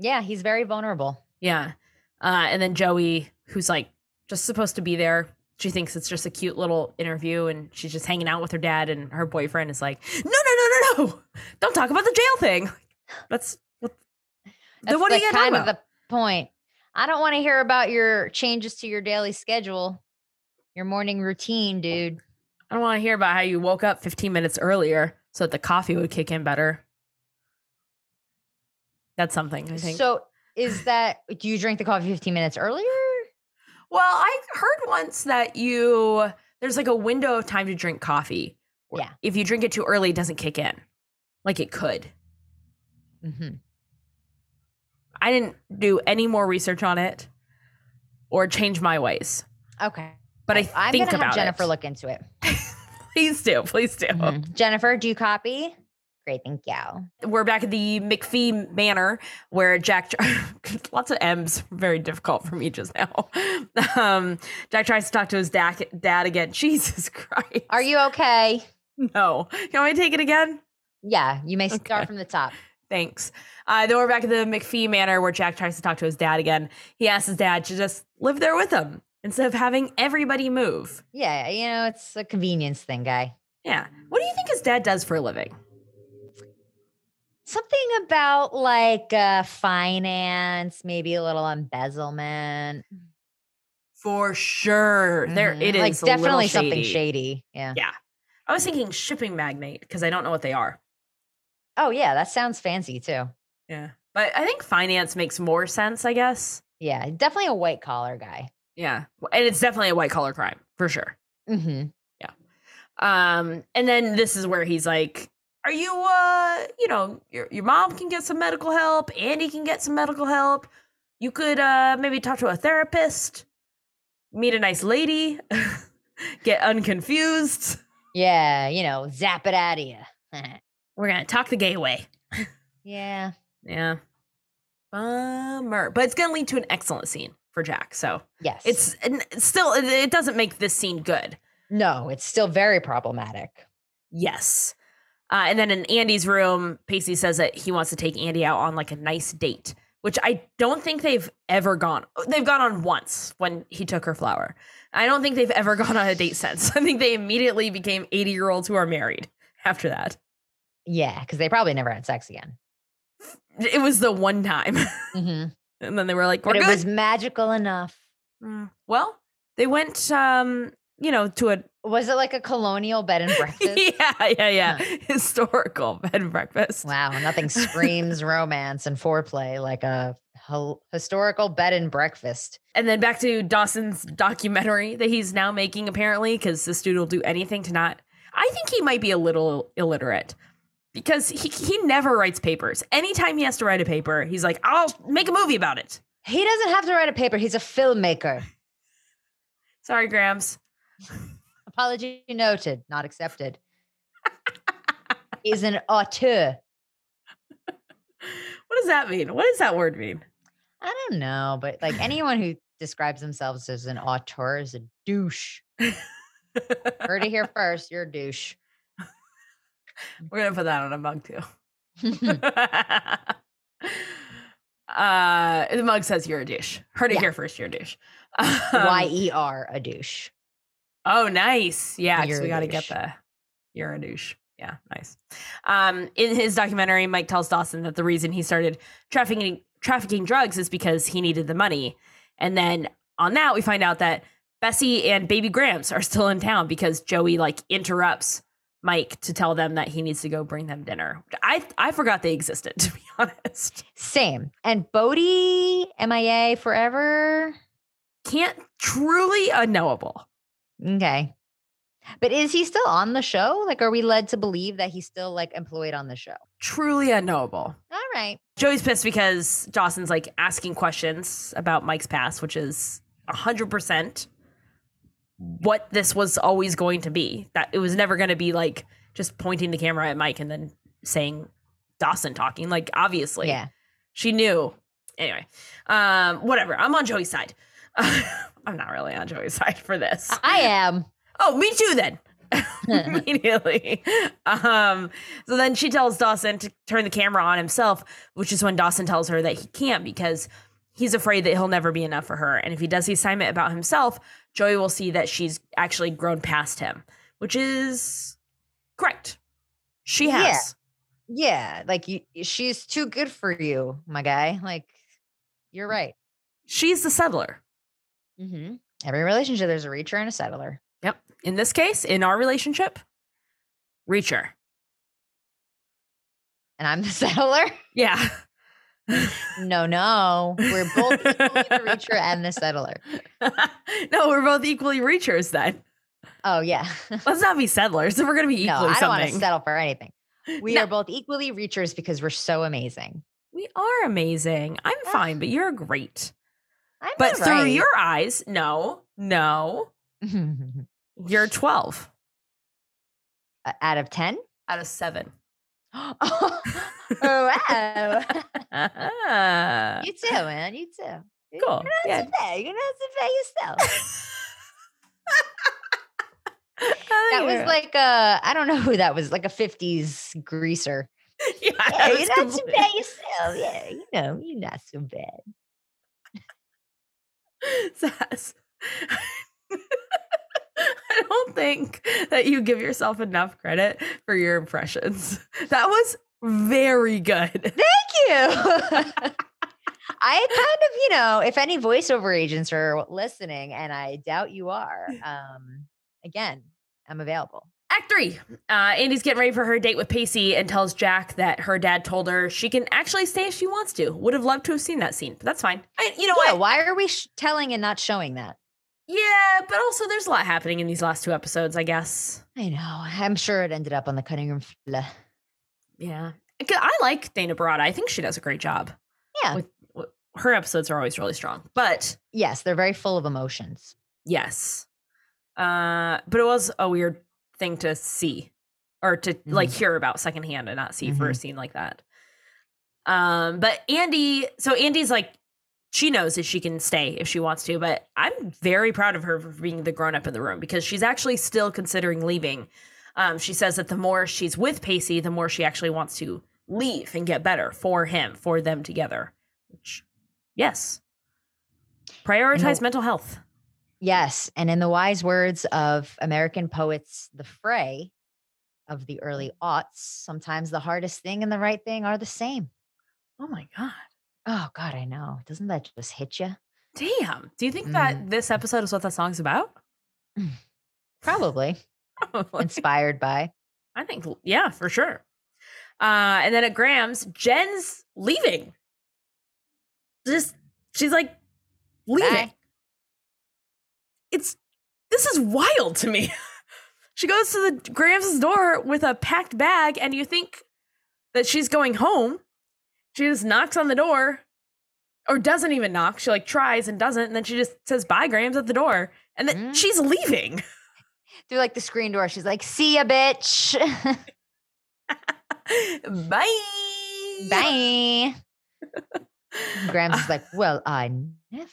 [SPEAKER 2] Yeah, he's very vulnerable.
[SPEAKER 1] Yeah. Uh, and then Joey, who's like just supposed to be there, she thinks it's just a cute little interview and she's just hanging out with her dad and her boyfriend is like, No, no, no, no, no. Don't talk about the jail thing. That's what
[SPEAKER 2] That's
[SPEAKER 1] then what are
[SPEAKER 2] the
[SPEAKER 1] you gonna
[SPEAKER 2] kind
[SPEAKER 1] talk
[SPEAKER 2] of the point. I don't want to hear about your changes to your daily schedule, your morning routine, dude.
[SPEAKER 1] I don't want to hear about how you woke up 15 minutes earlier so that the coffee would kick in better. That's something I think.
[SPEAKER 2] So is that do you drink the coffee 15 minutes earlier?
[SPEAKER 1] well, I heard once that you there's like a window of time to drink coffee.
[SPEAKER 2] Yeah.
[SPEAKER 1] If you drink it too early, it doesn't kick in. Like it could.
[SPEAKER 2] Mm-hmm.
[SPEAKER 1] I didn't do any more research on it or change my ways.
[SPEAKER 2] Okay.
[SPEAKER 1] But I
[SPEAKER 2] I'm
[SPEAKER 1] think
[SPEAKER 2] gonna
[SPEAKER 1] about
[SPEAKER 2] have Jennifer
[SPEAKER 1] it.
[SPEAKER 2] look into it.
[SPEAKER 1] please do, please do.
[SPEAKER 2] Mhm. Jennifer, do you copy? Great, thank you.
[SPEAKER 1] we're back at the McPhee Manor where Jack, lots of M's, very difficult for me just now. Um, Jack tries to talk to his dad, dad again. Jesus Christ.
[SPEAKER 2] Are you okay?
[SPEAKER 1] No. Can I take it again?
[SPEAKER 2] Yeah, you may start
[SPEAKER 1] Okay.
[SPEAKER 2] from the top.
[SPEAKER 1] Thanks. Uh, then we're back at the McPhee Manor where Jack tries to talk to his dad again. He asks his dad to just live there with him instead of having everybody move.
[SPEAKER 2] Yeah, you know, it's a convenience thing, guy.
[SPEAKER 1] Yeah. What do you think his dad does for a living?
[SPEAKER 2] Something about like uh finance, maybe a little embezzlement.
[SPEAKER 1] For sure. There
[SPEAKER 2] Mhm.
[SPEAKER 1] it is.
[SPEAKER 2] Like
[SPEAKER 1] a little
[SPEAKER 2] definitely something
[SPEAKER 1] shady.
[SPEAKER 2] shady. Yeah.
[SPEAKER 1] Yeah. I was thinking shipping magnate because I don't know what they are.
[SPEAKER 2] Oh yeah, that sounds fancy too.
[SPEAKER 1] Yeah. But I think finance makes more sense, I guess.
[SPEAKER 2] Yeah, definitely a white collar guy.
[SPEAKER 1] Yeah. And it's definitely a white collar crime for sure.
[SPEAKER 2] hmm
[SPEAKER 1] Um, and then this is where he's like, Are you uh, you know, your your mom can get some medical help, Andy can get some medical help. You could uh maybe talk to a therapist, meet a nice lady, get unconfused.
[SPEAKER 2] Yeah, you know, zap it out of you.
[SPEAKER 1] We're gonna talk the gay way.
[SPEAKER 2] yeah.
[SPEAKER 1] Yeah. Bummer. But it's gonna lead to an excellent scene for Jack. So
[SPEAKER 2] Yes.
[SPEAKER 1] it's and it's still it- it doesn't make this scene good.
[SPEAKER 2] no, it's still very problematic.
[SPEAKER 1] Yes. Uh, and then in Andy's room, Pacey says that he wants to take Andy out on like a nice date, which I don't think they've ever gone. They've gone on once when he took her flower. I don't think they've ever gone on a date since. I think they immediately became 80 year olds who are married after that.
[SPEAKER 2] Yeah, because they probably never had sex again.
[SPEAKER 1] It was the one time.
[SPEAKER 2] hmm
[SPEAKER 1] And then they were like, we're
[SPEAKER 2] But it
[SPEAKER 1] good.
[SPEAKER 2] was magical enough.
[SPEAKER 1] Mm. well, they went, um, you know, to a
[SPEAKER 2] Was it like a colonial bed and breakfast?
[SPEAKER 1] yeah, yeah, yeah, historical bed and breakfast.
[SPEAKER 2] Wow, nothing screams romance and foreplay like a hel- historical bed and breakfast.
[SPEAKER 1] And then back to Dawson's documentary that he's now making, apparently, because this dude will do anything to not. I think he might be a little illiterate because he, he never writes papers. Anytime he has to write a paper, he's like, I'll make a movie about it.
[SPEAKER 2] He doesn't have to write a paper. He's a filmmaker.
[SPEAKER 1] Sorry, Grams.
[SPEAKER 2] Apology noted, not accepted. He's an auteur.
[SPEAKER 1] What does that mean? What does that word mean?
[SPEAKER 2] I don't know, but like anyone who describes themselves as an auteur is a douche. Heard it here first. You're a douche.
[SPEAKER 1] We're going to put that on a mug, too.
[SPEAKER 2] Um,
[SPEAKER 1] uh, the mug says you're a douche. Heard it
[SPEAKER 2] Yeah.
[SPEAKER 1] here first, you're a douche.
[SPEAKER 2] Y E R, a douche.
[SPEAKER 1] Oh, nice. Yeah, 'cause
[SPEAKER 2] You're
[SPEAKER 1] we
[SPEAKER 2] a
[SPEAKER 1] got to get
[SPEAKER 2] douche.
[SPEAKER 1] the you're a douche. Yeah, nice. Um, in his documentary, Mike tells Dawson that the reason he started trafficking trafficking drugs is because he needed the money. And then on that, we find out that Bessie and Baby Gramps are still in town because Joey like interrupts Mike to tell them that he needs to go bring them dinner. I I forgot they existed to be honest.
[SPEAKER 2] Same. And Bodie, MIA forever.
[SPEAKER 1] Can't truly unknowable.
[SPEAKER 2] Okay. But is he still on the show? Like, are we led to believe that he's still like employed on the show?
[SPEAKER 1] Truly unknowable.
[SPEAKER 2] All right.
[SPEAKER 1] Joey's pissed because Dawson's like asking questions about Mike's past, which is 100% what this was always going to be. That it was never going to be like just pointing the camera at Mike and then saying Dawson talking. Like, obviously,
[SPEAKER 2] yeah.
[SPEAKER 1] she knew. Anyway, um, whatever. I'm on Joey's side. I'm not really on Joey's side for this.
[SPEAKER 2] I am.
[SPEAKER 1] Oh, me too then. Immediately. Um, so then she tells Dawson to turn the camera on himself, which is when Dawson tells her that he can't because he's afraid that he'll never be enough for her. And if he does the assignment about himself, Joey will see that she's actually grown past him, which is correct. She
[SPEAKER 2] Yeah.
[SPEAKER 1] has.
[SPEAKER 2] yeah. Like, you, she's too good for you, my guy. Like, you're right.
[SPEAKER 1] She's the settler.
[SPEAKER 2] Mm-hmm. Every relationship, there's a reacher and a settler.
[SPEAKER 1] Yep. In this case, in our relationship, Reacher.
[SPEAKER 2] And I'm the settler.
[SPEAKER 1] Yeah.
[SPEAKER 2] No, no. We're both equally the reacher and the settler.
[SPEAKER 1] no, we're both equally Reachers then.
[SPEAKER 2] Oh, yeah.
[SPEAKER 1] Let's not be settlers. If we're gonna be
[SPEAKER 2] no,
[SPEAKER 1] equally
[SPEAKER 2] I don't want to
[SPEAKER 1] something,
[SPEAKER 2] settle for anything. We
[SPEAKER 1] No.
[SPEAKER 2] are both equally reachers because we're so amazing.
[SPEAKER 1] we are amazing. I'm
[SPEAKER 2] Yeah.
[SPEAKER 1] fine, but you're great.
[SPEAKER 2] I'm
[SPEAKER 1] But
[SPEAKER 2] all
[SPEAKER 1] through
[SPEAKER 2] right.
[SPEAKER 1] your eyes, no, no, you're 12
[SPEAKER 2] Uh, out of 10?
[SPEAKER 1] out of seven.
[SPEAKER 2] oh, wow.
[SPEAKER 1] Ah,
[SPEAKER 2] you too, man. You too. You're
[SPEAKER 1] Cool.
[SPEAKER 2] not so
[SPEAKER 1] Yeah.
[SPEAKER 2] bad. You're not so bad yourself. That
[SPEAKER 1] you're-
[SPEAKER 2] was like a, I don't know who that was, like a 50s greaser.
[SPEAKER 1] yeah,
[SPEAKER 2] Yeah,
[SPEAKER 1] that
[SPEAKER 2] you're
[SPEAKER 1] was
[SPEAKER 2] not so
[SPEAKER 1] complete-
[SPEAKER 2] bad yourself. Yeah, you know, you're not so bad.
[SPEAKER 1] Sass. I don't think that you give yourself enough credit for your impressions. That was very good.
[SPEAKER 2] Thank you. I kind of, you know, if any voiceover agents are listening, and I doubt you are, um, again, I'm available.
[SPEAKER 1] Act three. Uh, Andy's getting ready for her date with Pacey and tells Jack that her dad told her she can actually stay if she wants to. Would have loved to have seen that scene, but that's fine. I, you know
[SPEAKER 2] Yeah,
[SPEAKER 1] what?
[SPEAKER 2] why are we sh- telling and not showing that?
[SPEAKER 1] Yeah, but also there's a lot happening in these last two episodes, I guess.
[SPEAKER 2] I know. I'm sure it ended up on the cutting room floor.
[SPEAKER 1] Yeah. 'Cause I like Dana Barada. I think she does a great job.
[SPEAKER 2] Yeah.
[SPEAKER 1] With, with, her episodes are always really strong, but
[SPEAKER 2] Yes, they're very full of emotions.
[SPEAKER 1] yes. Uh, but it was a weird thing to see or to like hear about secondhand and not see for a scene like that. Um, but Andy, so Andy's like, she knows that she can stay if she wants to, but I'm very proud of her for being the grown up in the room because she's actually still considering leaving. Um, she says that the more she's with Pacey, the more she actually wants to leave and get better for him, for them together. Which, yes. Prioritize mental health.
[SPEAKER 2] Yes, and in the wise words of American poets, the fray of the early aughts, sometimes the hardest thing and the right thing are the same.
[SPEAKER 1] Oh my God.
[SPEAKER 2] Oh God, I know. Doesn't that just hit you?
[SPEAKER 1] Damn. Do you think that this episode is what that song's about?
[SPEAKER 2] Probably inspired by.
[SPEAKER 1] I think, yeah, for sure. Uh, and then at Graham's, Jen's leaving. Just, she's like leaving.
[SPEAKER 2] Bye.
[SPEAKER 1] It's, this is wild to me. she goes to the Graham's door with a packed bag, and you think that she's going home. She just knocks on the door or doesn't even knock. She like tries and doesn't. And then she just says, bye, Graham's at the door. And then
[SPEAKER 2] Mm.
[SPEAKER 1] she's leaving.
[SPEAKER 2] Through like the screen door, she's like, "See ya, bitch.
[SPEAKER 1] Bye.
[SPEAKER 2] Bye." Grams is like, "Well, I never."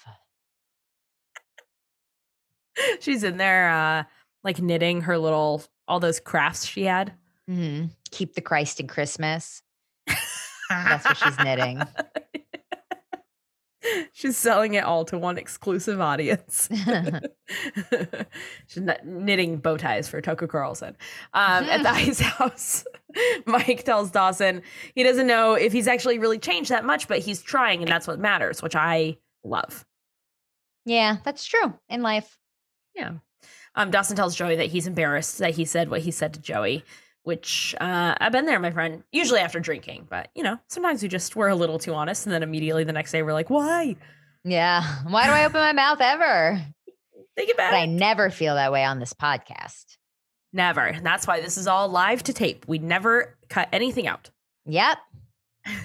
[SPEAKER 1] She's in there, uh, like knitting her little all those crafts she had. Mm-hmm.
[SPEAKER 2] Mhm. Keep the Christ in Christmas. That's what she's knitting.
[SPEAKER 1] she's selling it all to one exclusive audience. she's not knitting bow ties for Tucker Carlson. Um, at the ice house, Mike tells Dawson he doesn't know if he's actually really changed that much, but he's trying, and that's what matters, which I love.
[SPEAKER 2] yeah, that's true in life.
[SPEAKER 1] Um, Dawson tells Joey that he's embarrassed that he said what he said to Joey, which uh, I've been there, my friend. Usually after drinking, but you know, sometimes we just were a little too honest, and then immediately the next day we're like, "Why?
[SPEAKER 2] Yeah. Why do I open my mouth ever?
[SPEAKER 1] Take it back."
[SPEAKER 2] But I never feel that way on this podcast.
[SPEAKER 1] Never. And that's why this is all live to tape. We never cut anything out.
[SPEAKER 2] Yep.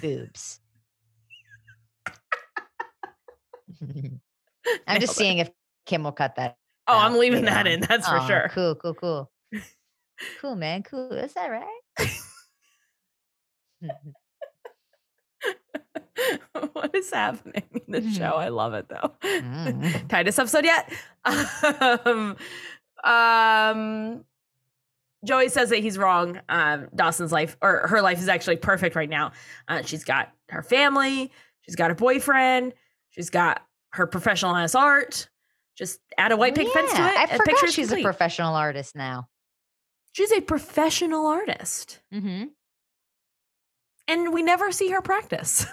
[SPEAKER 2] Boobs. I'm
[SPEAKER 1] Nailed
[SPEAKER 2] just
[SPEAKER 1] it.
[SPEAKER 2] seeing if Kim will cut that.
[SPEAKER 1] Oh,
[SPEAKER 2] out
[SPEAKER 1] I'm leaving
[SPEAKER 2] later
[SPEAKER 1] that
[SPEAKER 2] on.
[SPEAKER 1] in. That's for
[SPEAKER 2] Aw,
[SPEAKER 1] sure.
[SPEAKER 2] Cool, cool, cool. cool, man. Cool. Is that right?
[SPEAKER 1] what is happening in
[SPEAKER 2] Hmm.
[SPEAKER 1] the show? I love it though. Mm-hmm.
[SPEAKER 2] Mm.
[SPEAKER 1] Tightest episode yet. Um, um, Joey says that he's wrong. Um, Dawson's life or her life is actually perfect right now. Uh, she's got her family. She's got her boyfriend. She's got her professional ass art. Just add a white pig fence to
[SPEAKER 2] Yeah,
[SPEAKER 1] it.
[SPEAKER 2] I
[SPEAKER 1] and
[SPEAKER 2] forgot
[SPEAKER 1] picture is
[SPEAKER 2] she's
[SPEAKER 1] complete.
[SPEAKER 2] a professional artist now.
[SPEAKER 1] she's a professional artist,
[SPEAKER 2] Mm-hmm.
[SPEAKER 1] and we never see her practice.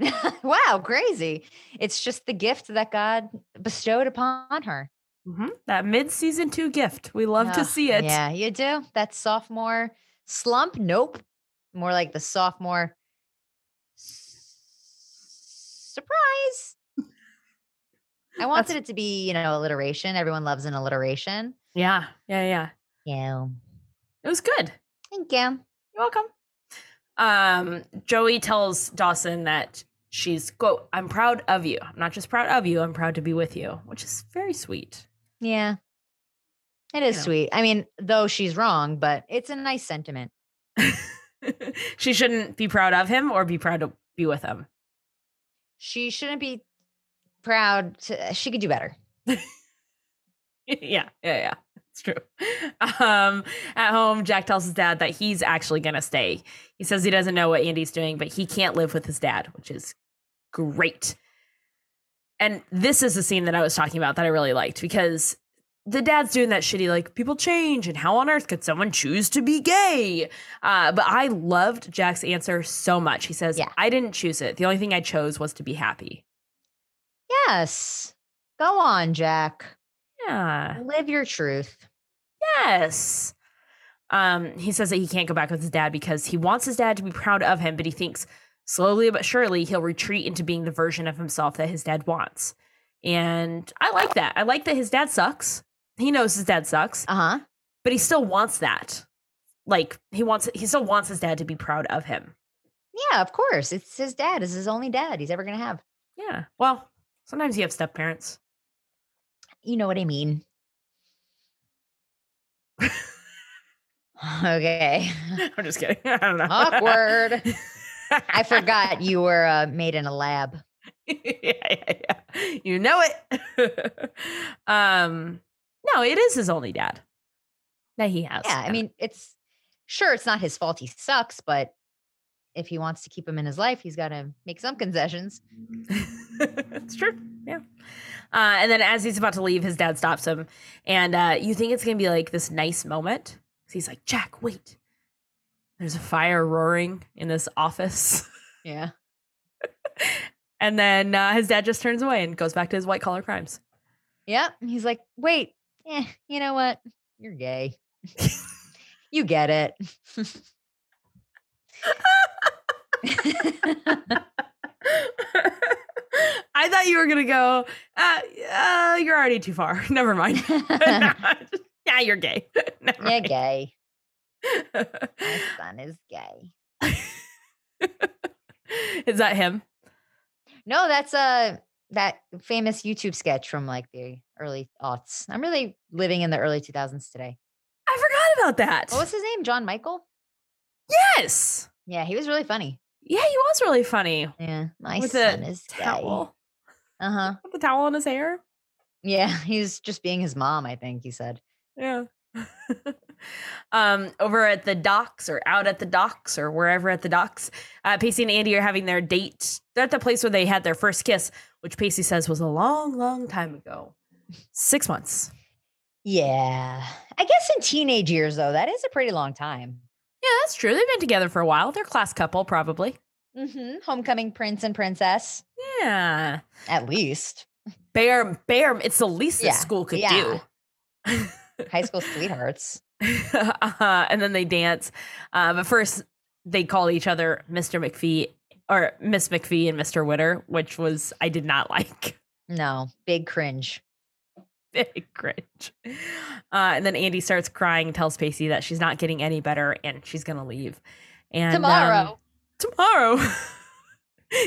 [SPEAKER 2] Mm-hmm. wow, crazy. It's just the gift that God bestowed upon her.
[SPEAKER 1] Mhm. That mid-season two gift, we love to
[SPEAKER 2] Ugh,
[SPEAKER 1] see it.
[SPEAKER 2] Mm-hmm. Yeah, you do. That sophomore slump. Nope. More like the sophomore s- surprise. I wanted it to be, you know, alliteration. Everyone loves an alliteration.
[SPEAKER 1] yeah, yeah, yeah.
[SPEAKER 2] Yeah.
[SPEAKER 1] It was good.
[SPEAKER 2] Thank you.
[SPEAKER 1] You're welcome. Um, Joey tells Dawson that she's quote, I'm proud of you. I'm not just proud of you, I'm proud to be with you, which is very sweet.
[SPEAKER 2] Yeah. It is
[SPEAKER 1] know.
[SPEAKER 2] sweet. I mean, though she's wrong, but it's a nice sentiment.
[SPEAKER 1] she shouldn't be proud of him or be proud to be with him.
[SPEAKER 2] She shouldn't be proud. To, she could do better.
[SPEAKER 1] yeah, yeah, yeah. It's true. Um, at home, Jack tells his dad that he's actually gonna stay. He says he doesn't know what Andy's doing, but he can't live with his dad, which is great. And this is the scene that I was talking about that I really liked because the dad's doing that shitty like people change and how on earth could someone choose to be gay? Uh, but I loved Jack's answer so much. He says,
[SPEAKER 2] Yeah.
[SPEAKER 1] "I didn't choose it. The only thing I chose was to be happy."
[SPEAKER 2] Yes. Go on, Jack.
[SPEAKER 1] Yeah.
[SPEAKER 2] Live your truth.
[SPEAKER 1] Yes. Um, he says that he can't go back with his dad because he wants his dad to be proud of him, but he thinks slowly but surely he'll retreat into being the version of himself that his dad wants. And I like that. I like that his dad sucks. He knows his dad sucks,
[SPEAKER 2] Uh huh.
[SPEAKER 1] but he still wants that. Like he wants he still wants his dad to be proud of him.
[SPEAKER 2] Yeah, of course. It's his dad. It's his only dad he's ever going to have.
[SPEAKER 1] Yeah. Well, sometimes you have step parents.
[SPEAKER 2] You know what I mean? okay.
[SPEAKER 1] I'm just kidding. I don't know.
[SPEAKER 2] Awkward. I forgot you were uh, made in a lab.
[SPEAKER 1] yeah, yeah, yeah. You know it. um, no, it is his only dad that he has.
[SPEAKER 2] Yeah. I mean, it's sure it's not his fault he sucks, but if he wants to keep him in his life, he's got to make some concessions.
[SPEAKER 1] it's true. Yeah. Uh, and then as he's about to leave, his dad stops him, and uh, you think it's gonna be like this nice moment. 'Cause he's like, Jack, wait. There's a fire roaring in this office,
[SPEAKER 2] Yeah.
[SPEAKER 1] and then uh, his dad just turns away and goes back to his white collar crimes.
[SPEAKER 2] Yep. And He's like, wait, eh, you know what? You're gay. you get it.
[SPEAKER 1] I thought you were gonna go. Uh, uh, you're already too far. Never mind. yeah, you're gay. Never
[SPEAKER 2] You're gay.
[SPEAKER 1] mind.
[SPEAKER 2] My son is gay.
[SPEAKER 1] Is that him?
[SPEAKER 2] No, that's uh that famous YouTube sketch from like the early aughts. I'm really living in the early 2000s today.
[SPEAKER 1] I forgot about that.
[SPEAKER 2] What was his name? John Michael?
[SPEAKER 1] yes.
[SPEAKER 2] Yeah, he was really funny.
[SPEAKER 1] Yeah, he was really funny.
[SPEAKER 2] Yeah, my
[SPEAKER 1] With a
[SPEAKER 2] son is gay.
[SPEAKER 1] Towel.
[SPEAKER 2] Uh huh.
[SPEAKER 1] With the towel in his hair.
[SPEAKER 2] Yeah, he's just being his mom. I think he said.
[SPEAKER 1] Yeah. um, over at the docks or out at the docks or wherever at the docks, uh, Pacey and Andy are having their date. They're at the place where they had their first kiss, which Pacey says was a long, long time ago. Six months.
[SPEAKER 2] Yeah, I guess in teenage years though, that is a pretty long time.
[SPEAKER 1] Yeah, that's true. They've been together for a while. They're a class couple, probably.
[SPEAKER 2] Mm-hmm. Homecoming prince and princess,
[SPEAKER 1] Yeah.
[SPEAKER 2] at least.
[SPEAKER 1] Bare, bare, it's the least
[SPEAKER 2] Yeah,
[SPEAKER 1] that school could
[SPEAKER 2] yeah.
[SPEAKER 1] do.
[SPEAKER 2] High school sweethearts.
[SPEAKER 1] uh, and then they dance. Uh, but first, they call each other Mr. McPhee or Miss McPhee and Mr. Witter, which was I did not like.
[SPEAKER 2] No, big cringe.
[SPEAKER 1] Big cringe. Uh, and then Andy starts crying, tells Pacey that she's not getting any better and she's gonna leave. And um,
[SPEAKER 2] Tomorrow.
[SPEAKER 1] tomorrow,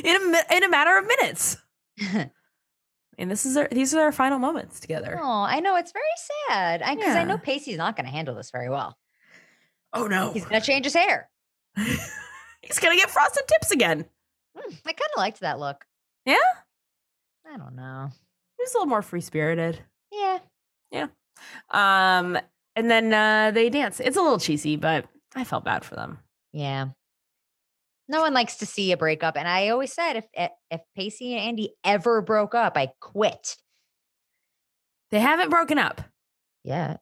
[SPEAKER 1] in a mi- in a matter of minutes.
[SPEAKER 2] oh,
[SPEAKER 1] And this is their these are their final moments together.
[SPEAKER 2] I know it's very sad. I because I
[SPEAKER 1] Yeah.
[SPEAKER 2] know Pacey's not going to handle this very well.
[SPEAKER 1] Oh no,
[SPEAKER 2] He's going to change his hair.
[SPEAKER 1] he's gonna get frosted tips again.
[SPEAKER 2] Hmm, I kind of liked that look.
[SPEAKER 1] Yeah?
[SPEAKER 2] I don't know.
[SPEAKER 1] He was a little more free spirited.
[SPEAKER 2] Yeah.
[SPEAKER 1] Um, and then uh, they dance. It's a little cheesy, but I felt bad for them.
[SPEAKER 2] Yeah. No one likes to see a breakup, and I always said if if- if Pacey and Andy ever broke up, I quit.
[SPEAKER 1] They haven't broken up.
[SPEAKER 2] Yeah.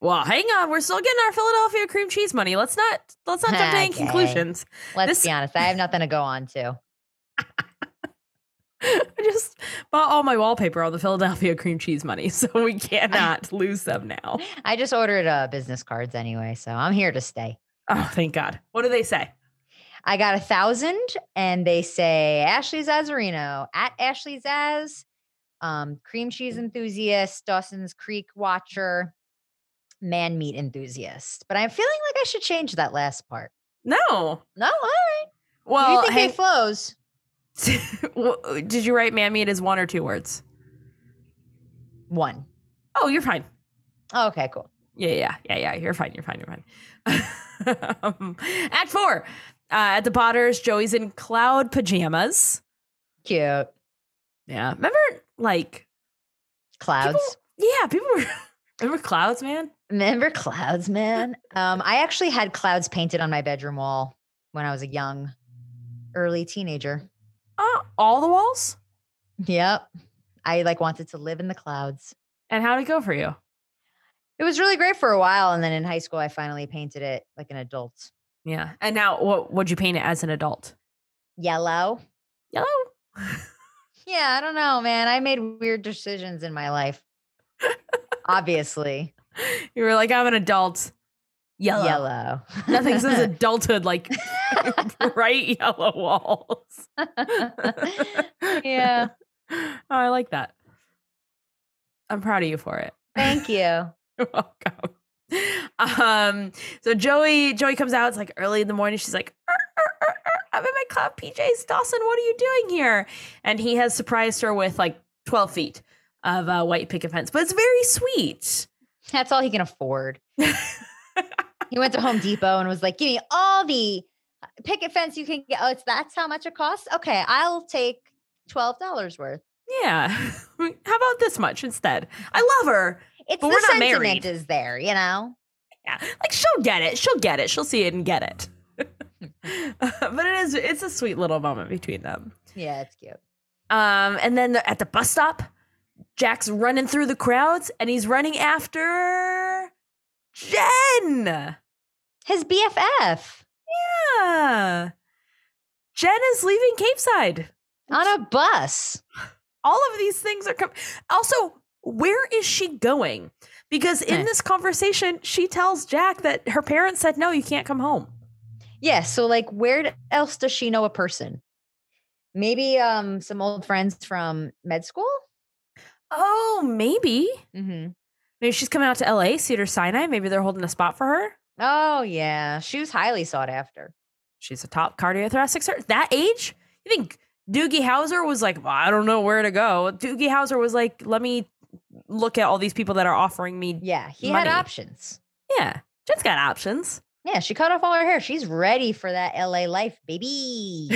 [SPEAKER 1] Well, hang on. We're still getting our Philadelphia cream cheese money. Let's not let's not jump to any
[SPEAKER 2] Okay.
[SPEAKER 1] conclusions.
[SPEAKER 2] Let's
[SPEAKER 1] This-
[SPEAKER 2] be honest. I have nothing to go on to.
[SPEAKER 1] I just bought all my wallpaper on the Philadelphia cream cheese money, so we cannot lose them now.
[SPEAKER 2] I just ordered uh, business cards anyway, so I'm here to stay.
[SPEAKER 1] Oh, thank God. What do they say?
[SPEAKER 2] I got a thousand, and they say Ashley Zazarino at Ashley Zaz, um, cream
[SPEAKER 1] Mm.
[SPEAKER 2] cheese enthusiast, Dawson's Creek watcher, man meat enthusiast. But I'm feeling like I should change that last part.
[SPEAKER 1] No.
[SPEAKER 2] No, all right.
[SPEAKER 1] Well,
[SPEAKER 2] you think
[SPEAKER 1] hang-
[SPEAKER 2] it flows?
[SPEAKER 1] W- did you write "mammy"? It is one or two words.
[SPEAKER 2] One.
[SPEAKER 1] Oh, you're fine.
[SPEAKER 2] Oh, okay, cool.
[SPEAKER 1] Yeah, yeah, yeah, yeah. You're fine. You're fine. You're fine. um, at four, uh, at the Potters, Joey's in cloud pajamas.
[SPEAKER 2] Cute.
[SPEAKER 1] Yeah, remember like
[SPEAKER 2] Clouds.
[SPEAKER 1] people? Yeah, people were remember clouds, man.
[SPEAKER 2] Remember clouds, man? Um, I actually had clouds painted on my bedroom wall when I was a young, early teenager.
[SPEAKER 1] Uh, all the walls.
[SPEAKER 2] Yep. I like wanted to live in the clouds.
[SPEAKER 1] And how'd it go for you?
[SPEAKER 2] It was really great for a while. And then in high school, I finally painted it like an adult
[SPEAKER 1] Yeah. And now, what would you paint it as an adult?
[SPEAKER 2] yellow.
[SPEAKER 1] Yellow.
[SPEAKER 2] Yeah, I don't know, man. I made weird decisions in my life. Obviously,
[SPEAKER 1] You were like, I'm an adult. Yellow.
[SPEAKER 2] yellow.
[SPEAKER 1] Nothing says adulthood like bright yellow walls.
[SPEAKER 2] yeah.
[SPEAKER 1] Oh, I like that. I'm proud of you for it.
[SPEAKER 2] Thank you.
[SPEAKER 1] You're welcome. Um, so Joey, Joey comes out. It's like early in the morning. She's like, "Er, er, er, er, "I'm in my cloud PJs, Dawson. What are you doing here?" And he has surprised her with like 12 feet of uh, white picket fence, but it's very sweet.
[SPEAKER 2] That's all he can afford. he went to Home Depot and was like, "Give me all the uh, picket fence you can get." Oh, it's that's how much it costs. Okay, I'll take twelve dollars worth.
[SPEAKER 1] Yeah. How about this much instead? I love her.
[SPEAKER 2] It's
[SPEAKER 1] But
[SPEAKER 2] the
[SPEAKER 1] we're not
[SPEAKER 2] sentiment
[SPEAKER 1] married.
[SPEAKER 2] is there, you know.
[SPEAKER 1] Yeah. Like she'll get it. She'll get it. She'll see it and get it. but it is it's a sweet little moment between them.
[SPEAKER 2] Yeah, it's cute.
[SPEAKER 1] Um, and then the, at the bus stop, Jack's running through the crowds and he's running after Jen.
[SPEAKER 2] His BFF
[SPEAKER 1] Yeah. Jen is leaving Capeside.
[SPEAKER 2] on a bus.
[SPEAKER 1] All of these things are coming. Also, where is she going? Because in
[SPEAKER 2] Huh.
[SPEAKER 1] this conversation, she tells Jack that her parents said, no, you can't come home.
[SPEAKER 2] Yeah, so like, where d- else does she know a person? Maybe um some old friends from med school.
[SPEAKER 1] Oh, maybe.
[SPEAKER 2] Mm-hmm.
[SPEAKER 1] Maybe she's coming out to LA, Cedar Sinai. Maybe they're holding a spot for her.
[SPEAKER 2] Oh yeah, she was highly sought after.
[SPEAKER 1] She's a top cardiothoracic surgeon. That age? You think Doogie Howser was like, well, I don't know where to go. Doogie Howser was like, let me look at all these people that are offering me.
[SPEAKER 2] Yeah, he
[SPEAKER 1] Money.
[SPEAKER 2] had options.
[SPEAKER 1] Yeah. Jen's got options.
[SPEAKER 2] Yeah, she cut off all her hair. She's ready for that LA life, baby.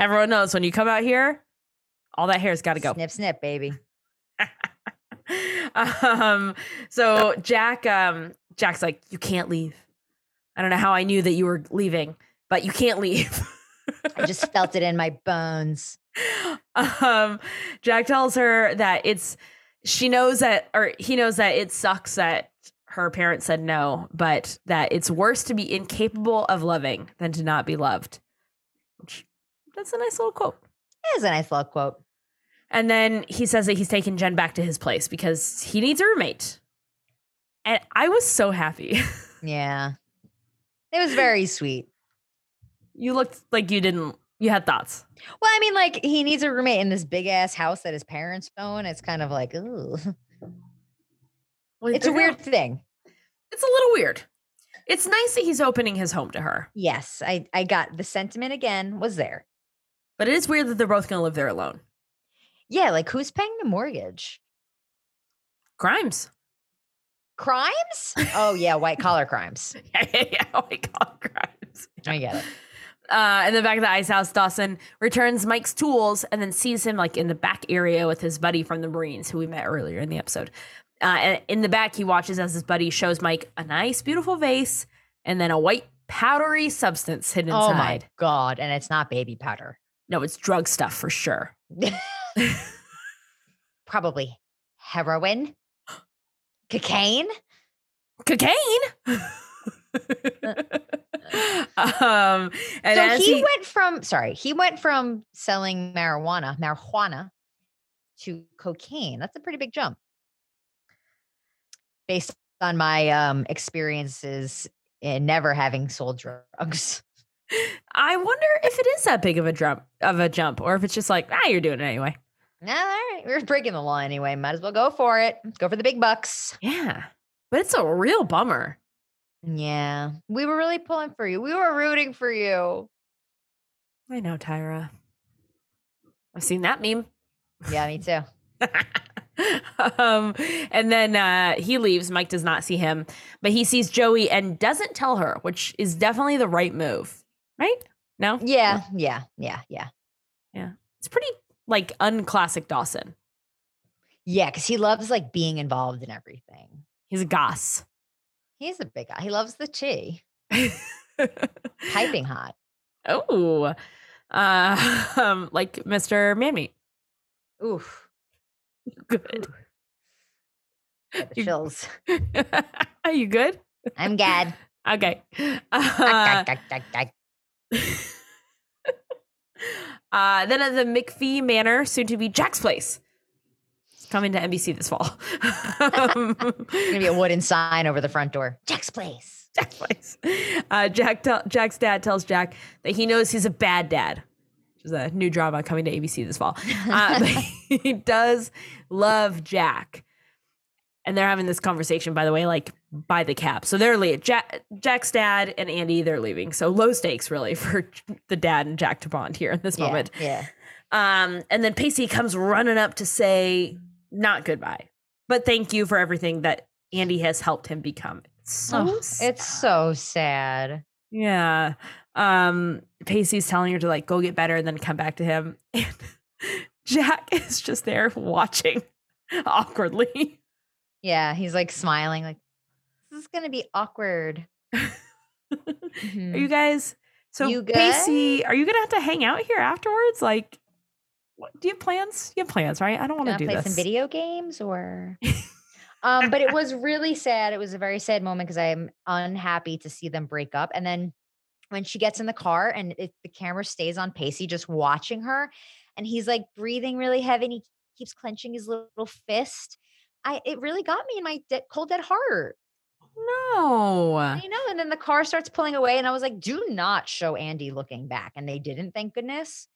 [SPEAKER 1] Everyone knows when you come out here, all that hair's got to go.
[SPEAKER 2] Snip, snip, baby.
[SPEAKER 1] um, so Jack, um, Jack's like, you can't leave. I don't know how I knew that you were leaving, but you can't leave.
[SPEAKER 2] I just felt it in my bones.
[SPEAKER 1] um, Jack tells her that it's she knows that or he knows that it sucks that her parents said no, but that it's worse to be incapable of loving than to not be loved. Which that's a nice little quote.
[SPEAKER 2] That is a nice little quote.
[SPEAKER 1] And then he says that he's taking Jen back to his place because he needs a roommate. And I was so happy.
[SPEAKER 2] Yeah. It was very sweet.
[SPEAKER 1] you looked like you didn't, you had thoughts.
[SPEAKER 2] Well, I mean, like he needs a roommate in this big ass house that his parents own. It's kind of like, ooh,
[SPEAKER 1] Well,
[SPEAKER 2] it's a
[SPEAKER 1] they're
[SPEAKER 2] weird
[SPEAKER 1] not-
[SPEAKER 2] thing.
[SPEAKER 1] it's a little weird. It's nice that he's opening his home to her,
[SPEAKER 2] Yes, I I got the sentiment again was there.
[SPEAKER 1] but it is weird that they're both going to live there alone.
[SPEAKER 2] Yeah, like who's paying the mortgage?
[SPEAKER 1] Crimes.
[SPEAKER 2] Crimes? Oh yeah, white collar crimes.
[SPEAKER 1] Yeah, yeah, yeah. Oh my God, crimes.
[SPEAKER 2] I get it.
[SPEAKER 1] Uh, in the back of the ice house, Dawson returns Mike's tools and then sees him like in the back area with his buddy from the Marines who we met earlier in the episode. Uh, and in the back, he watches as his buddy shows Mike a nice, beautiful vase and then a white, powdery substance hidden
[SPEAKER 2] Oh
[SPEAKER 1] inside.
[SPEAKER 2] my god, and it's not baby powder.
[SPEAKER 1] No, it's drug stuff for sure.
[SPEAKER 2] Probably heroin, cocaine.
[SPEAKER 1] cocaine. um, Um, and
[SPEAKER 2] so
[SPEAKER 1] as
[SPEAKER 2] he,
[SPEAKER 1] he-
[SPEAKER 2] went from sorry, he went from selling marijuana, marijuana to cocaine. That's a pretty big jump. Based on my um experiences in never having sold drugs.
[SPEAKER 1] I wonder if it is that big of a jump, of a jump, or if it's just like, ah, you're doing it anyway.
[SPEAKER 2] Nah, all right, we're breaking the law anyway. Might as well go for it. Let's go for the big bucks.
[SPEAKER 1] Yeah, but it's a real bummer.
[SPEAKER 2] Yeah. We were really pulling for you. We were rooting for you.
[SPEAKER 1] I know, Tyra. I've seen that meme.
[SPEAKER 2] Yeah, me too.
[SPEAKER 1] um, and then uh, he leaves. Mike does not see him, but he sees Joey and doesn't tell her, which is definitely the right move, right? No,
[SPEAKER 2] Yeah, yeah, yeah, yeah.
[SPEAKER 1] it's pretty like unclassic Dawson.
[SPEAKER 2] Yeah, because he loves like being involved in everything.
[SPEAKER 1] He's a goss.
[SPEAKER 2] He's a big guy. He loves the tea. Piping hot.
[SPEAKER 1] Oh, uh, um, like Mr. Man Meat.
[SPEAKER 2] Oof.
[SPEAKER 1] Good.
[SPEAKER 2] Got the
[SPEAKER 1] You-
[SPEAKER 2] chills.
[SPEAKER 1] Are you good?
[SPEAKER 2] I'm gad.
[SPEAKER 1] Okay.
[SPEAKER 2] Ah,
[SPEAKER 1] Uh,
[SPEAKER 2] gag, gag, gag, gag.
[SPEAKER 1] uh, then at the McPhee Manor, soon to be Jack's Place. It's coming to NBC this fall. Um,
[SPEAKER 2] Gonna be a wooden sign over the front door. Jack's place.
[SPEAKER 1] Jack's Place. Uh, Jack tell Jack's dad tells Jack that he knows he's a bad dad. Which is a new drama coming to ABC this fall. uh, but he does love Jack. And they're having this conversation, by the way, like by the cap. So they're leaving. Jack, Jack's dad and Andy, they're leaving. So low stakes, really, for the dad and Jack to bond here in this
[SPEAKER 2] yeah,
[SPEAKER 1] moment.
[SPEAKER 2] yeah.
[SPEAKER 1] Um, and then Pacey comes running up to say, not goodbye, but thank you for everything that Andy has helped him become. It's so
[SPEAKER 2] Oh,
[SPEAKER 1] sad.
[SPEAKER 2] It's so sad.
[SPEAKER 1] Yeah. Um, Pacey's telling her to like go get better and then come back to him. And Jack is just there watching awkwardly.
[SPEAKER 2] Yeah, he's like smiling, like this is gonna be awkward.
[SPEAKER 1] Are
[SPEAKER 2] Mhm.
[SPEAKER 1] you guys so
[SPEAKER 2] You
[SPEAKER 1] Pacey, are you gonna have to hang out here afterwards? Like what, do you have plans? You have plans, right? I don't want to
[SPEAKER 2] gonna
[SPEAKER 1] do
[SPEAKER 2] play
[SPEAKER 1] this.
[SPEAKER 2] some video games or um but it was really sad it was a very sad moment because i'm unhappy to see them break up and then when she gets in the car and it, the camera stays on pacey just watching her and he's like breathing really heavy and he keeps clenching his little fist i it really got me in my de- cold dead heart
[SPEAKER 1] No.
[SPEAKER 2] you know and then the car starts pulling away and i was like do not show andy looking back and they didn't thank goodness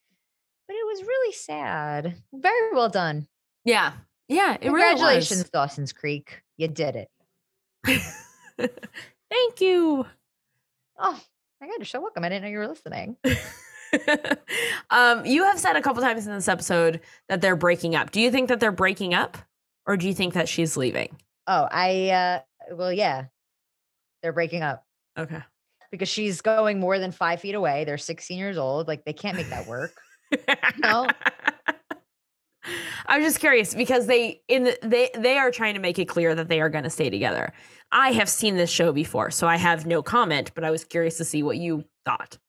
[SPEAKER 2] but it was really sad very well done
[SPEAKER 1] Yeah. Yeah. It really was.
[SPEAKER 2] Congratulations, Dawson's Creek. You did it.
[SPEAKER 1] Thank you.
[SPEAKER 2] Oh my God, you're so welcome. I didn't know you were listening.
[SPEAKER 1] um, you have said a couple times in this episode that they're breaking up. Do you think that they're breaking up, or do you think that she's leaving?
[SPEAKER 2] Oh, I, uh, well, yeah, they're breaking up
[SPEAKER 1] Okay.
[SPEAKER 2] because she's going more than five feet away. They're 16 years old. Like they can't make that work. No.
[SPEAKER 1] I was just curious because they in the, they they are trying to make it clear that they are going to stay together. I have seen this show before, so I have no comment. But I was curious to see what you thought.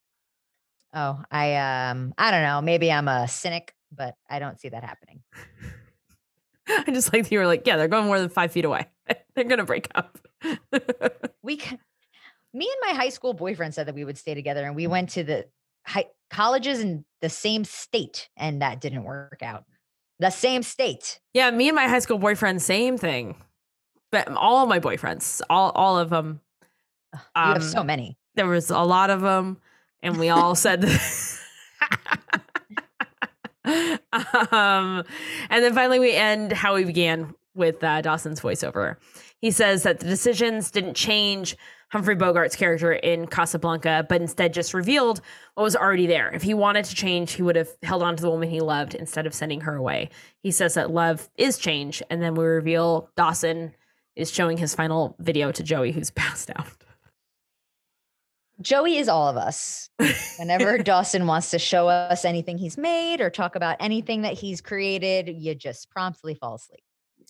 [SPEAKER 2] Oh, I, um, I don't know. Maybe I'm a cynic, but I don't see that happening.
[SPEAKER 1] I just like that you were like, yeah, they're going more than five feet away. they're going to break up.
[SPEAKER 2] We can, me and my high school boyfriend said that we would stay together and we went to the high colleges in the same state and that didn't work out. The same state.
[SPEAKER 1] yeah, me and my high school boyfriend, same thing. but all of my boyfriends, all all of Um, them.
[SPEAKER 2] You have so many.
[SPEAKER 1] There was a lot of them, and we all said. um, and then finally, we end how we began with uh, Dawson's voiceover. He says that the decisions didn't change Humphrey Bogart's character in Casablanca, but instead just revealed what was already there. If he wanted to change, he would have held on to the woman he loved instead of sending her away. He says that love is change, and then we reveal Dawson is showing his final video to Joey, who's passed out.
[SPEAKER 2] Joey is all of us. Whenever Dawson wants to show us anything he's made or talk about anything that he's created, you just promptly fall asleep.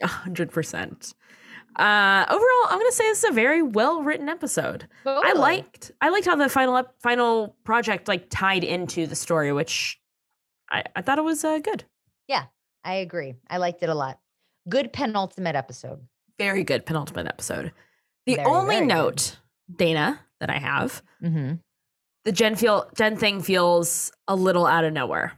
[SPEAKER 1] 100%. Uh, overall, I'm going to say this is a very well written episode. I
[SPEAKER 2] Totally.
[SPEAKER 1] liked I liked how the final up, final project like tied into the story, which I, I thought it was uh, good.
[SPEAKER 2] I agree. I liked it a lot. Good penultimate episode.
[SPEAKER 1] Very good penultimate episode. The
[SPEAKER 2] Very,
[SPEAKER 1] only
[SPEAKER 2] very good.
[SPEAKER 1] note, Dana, that I have
[SPEAKER 2] Mm-hmm.
[SPEAKER 1] the Jen feel Jen thing feels a little out of nowhere.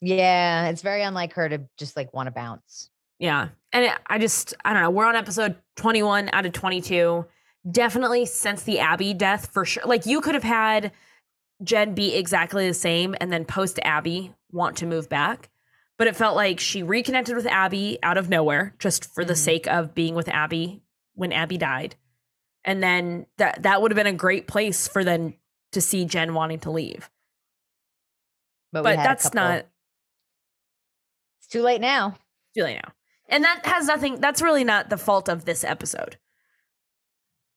[SPEAKER 2] Yeah, it's very unlike her to just like want to bounce.
[SPEAKER 1] Yeah, and it, I just I don't know. We're on episode 21 out of 22. Definitely since the Abby death for sure. Like you could have had Jen be exactly the same and then post Abby want to move back. But it felt like she reconnected with Abby out of nowhere just for the
[SPEAKER 2] Mhm.
[SPEAKER 1] sake of being with Abby when Abby died. And then that that would have been a great place for then to see Jen wanting to leave.
[SPEAKER 2] But, we
[SPEAKER 1] But
[SPEAKER 2] had a
[SPEAKER 1] that's
[SPEAKER 2] couple-
[SPEAKER 1] not
[SPEAKER 2] It's too late now.
[SPEAKER 1] too late now. And that has nothing that's really not the fault of this episode.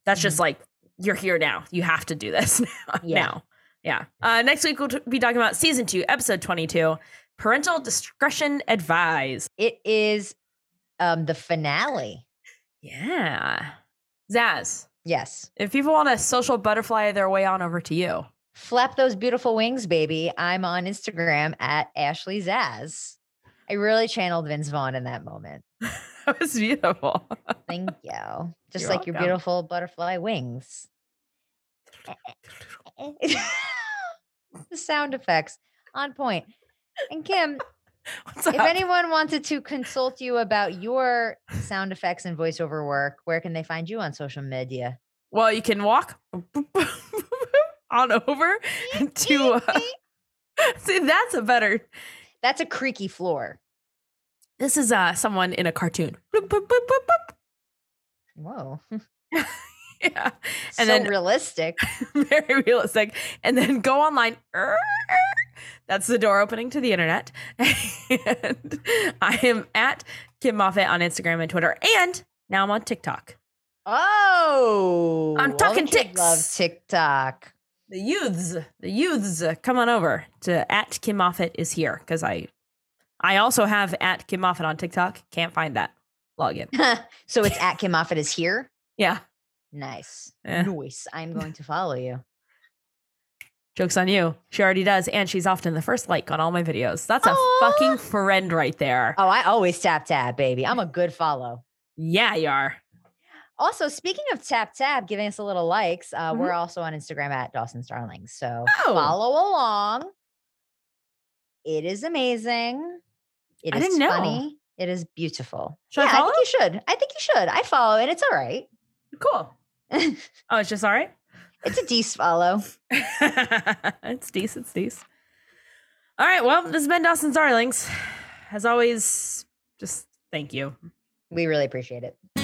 [SPEAKER 1] That's just like you're here now. You have to do this now.
[SPEAKER 2] Mm-hmm. Yeah.
[SPEAKER 1] Now. Yeah. Uh, next week we'll t- be talking about season 2, episode 22, parental discretion advised.
[SPEAKER 2] It is um the finale.
[SPEAKER 1] Yeah. Zaz,
[SPEAKER 2] Yes.
[SPEAKER 1] if people want to social butterfly their way on over to you.
[SPEAKER 2] Flap those beautiful wings, baby. I'm on Instagram at Ashley Zaz. I really channeled Vince Vaughn in that moment.
[SPEAKER 1] That was beautiful.
[SPEAKER 2] Thank you. Just
[SPEAKER 1] You're
[SPEAKER 2] like your
[SPEAKER 1] welcome.
[SPEAKER 2] beautiful butterfly wings. the sound effects on point. And Kim,
[SPEAKER 1] What's
[SPEAKER 2] if
[SPEAKER 1] up?
[SPEAKER 2] anyone wanted to consult you about your sound effects and voiceover work, where can they find you on social media?
[SPEAKER 1] well, you can walk on over to uh, See, that's a better
[SPEAKER 2] That's a creaky floor.
[SPEAKER 1] This is uh someone in a cartoon. Boop, boop, boop, boop, boop.
[SPEAKER 2] Whoa.
[SPEAKER 1] Yeah.
[SPEAKER 2] so
[SPEAKER 1] then-
[SPEAKER 2] realistic.
[SPEAKER 1] Very realistic. And then go online. Er, er. That's the door opening to the internet. And I am at Kim Moffat on Instagram and Twitter. And now I'm on TikTok.
[SPEAKER 2] Oh,
[SPEAKER 1] I'm
[SPEAKER 2] all the
[SPEAKER 1] talking
[SPEAKER 2] kids Love
[SPEAKER 1] ticks.
[SPEAKER 2] TikTok.
[SPEAKER 1] The youths, the youths, uh, come on over to at Kim Moffat is here because I, I also have at Kim Moffat on TikTok. Can't find that. Log in.
[SPEAKER 2] so it's at Kim Moffat is here.
[SPEAKER 1] Yeah.
[SPEAKER 2] Nice,
[SPEAKER 1] Eh,
[SPEAKER 2] nice. I'm going to follow you.
[SPEAKER 1] Joke's on you. She already does. And she's often the first like on all my videos. That's a
[SPEAKER 2] Aw.
[SPEAKER 1] fucking friend right there.
[SPEAKER 2] Oh, I always tap tap, baby. I'm a good follow.
[SPEAKER 1] Yeah, you are.
[SPEAKER 2] Also, speaking of tap tap, giving us a little likes, uh, we're also on Instagram at Dawson Starlings. So
[SPEAKER 1] Mm-hmm. Oh.
[SPEAKER 2] follow along. It is amazing. It
[SPEAKER 1] I
[SPEAKER 2] is
[SPEAKER 1] didn't know.
[SPEAKER 2] funny. It is beautiful.
[SPEAKER 1] Should I
[SPEAKER 2] yeah,
[SPEAKER 1] follow?
[SPEAKER 2] I think you should. I think you should. I follow, and it's all right.
[SPEAKER 1] Cool. oh, it's just all right.
[SPEAKER 2] It's a dece follow.
[SPEAKER 1] it's decent, it's decent. All right. Well, this has been Dawson's Darlings. As always, just thank you.
[SPEAKER 2] We really appreciate it.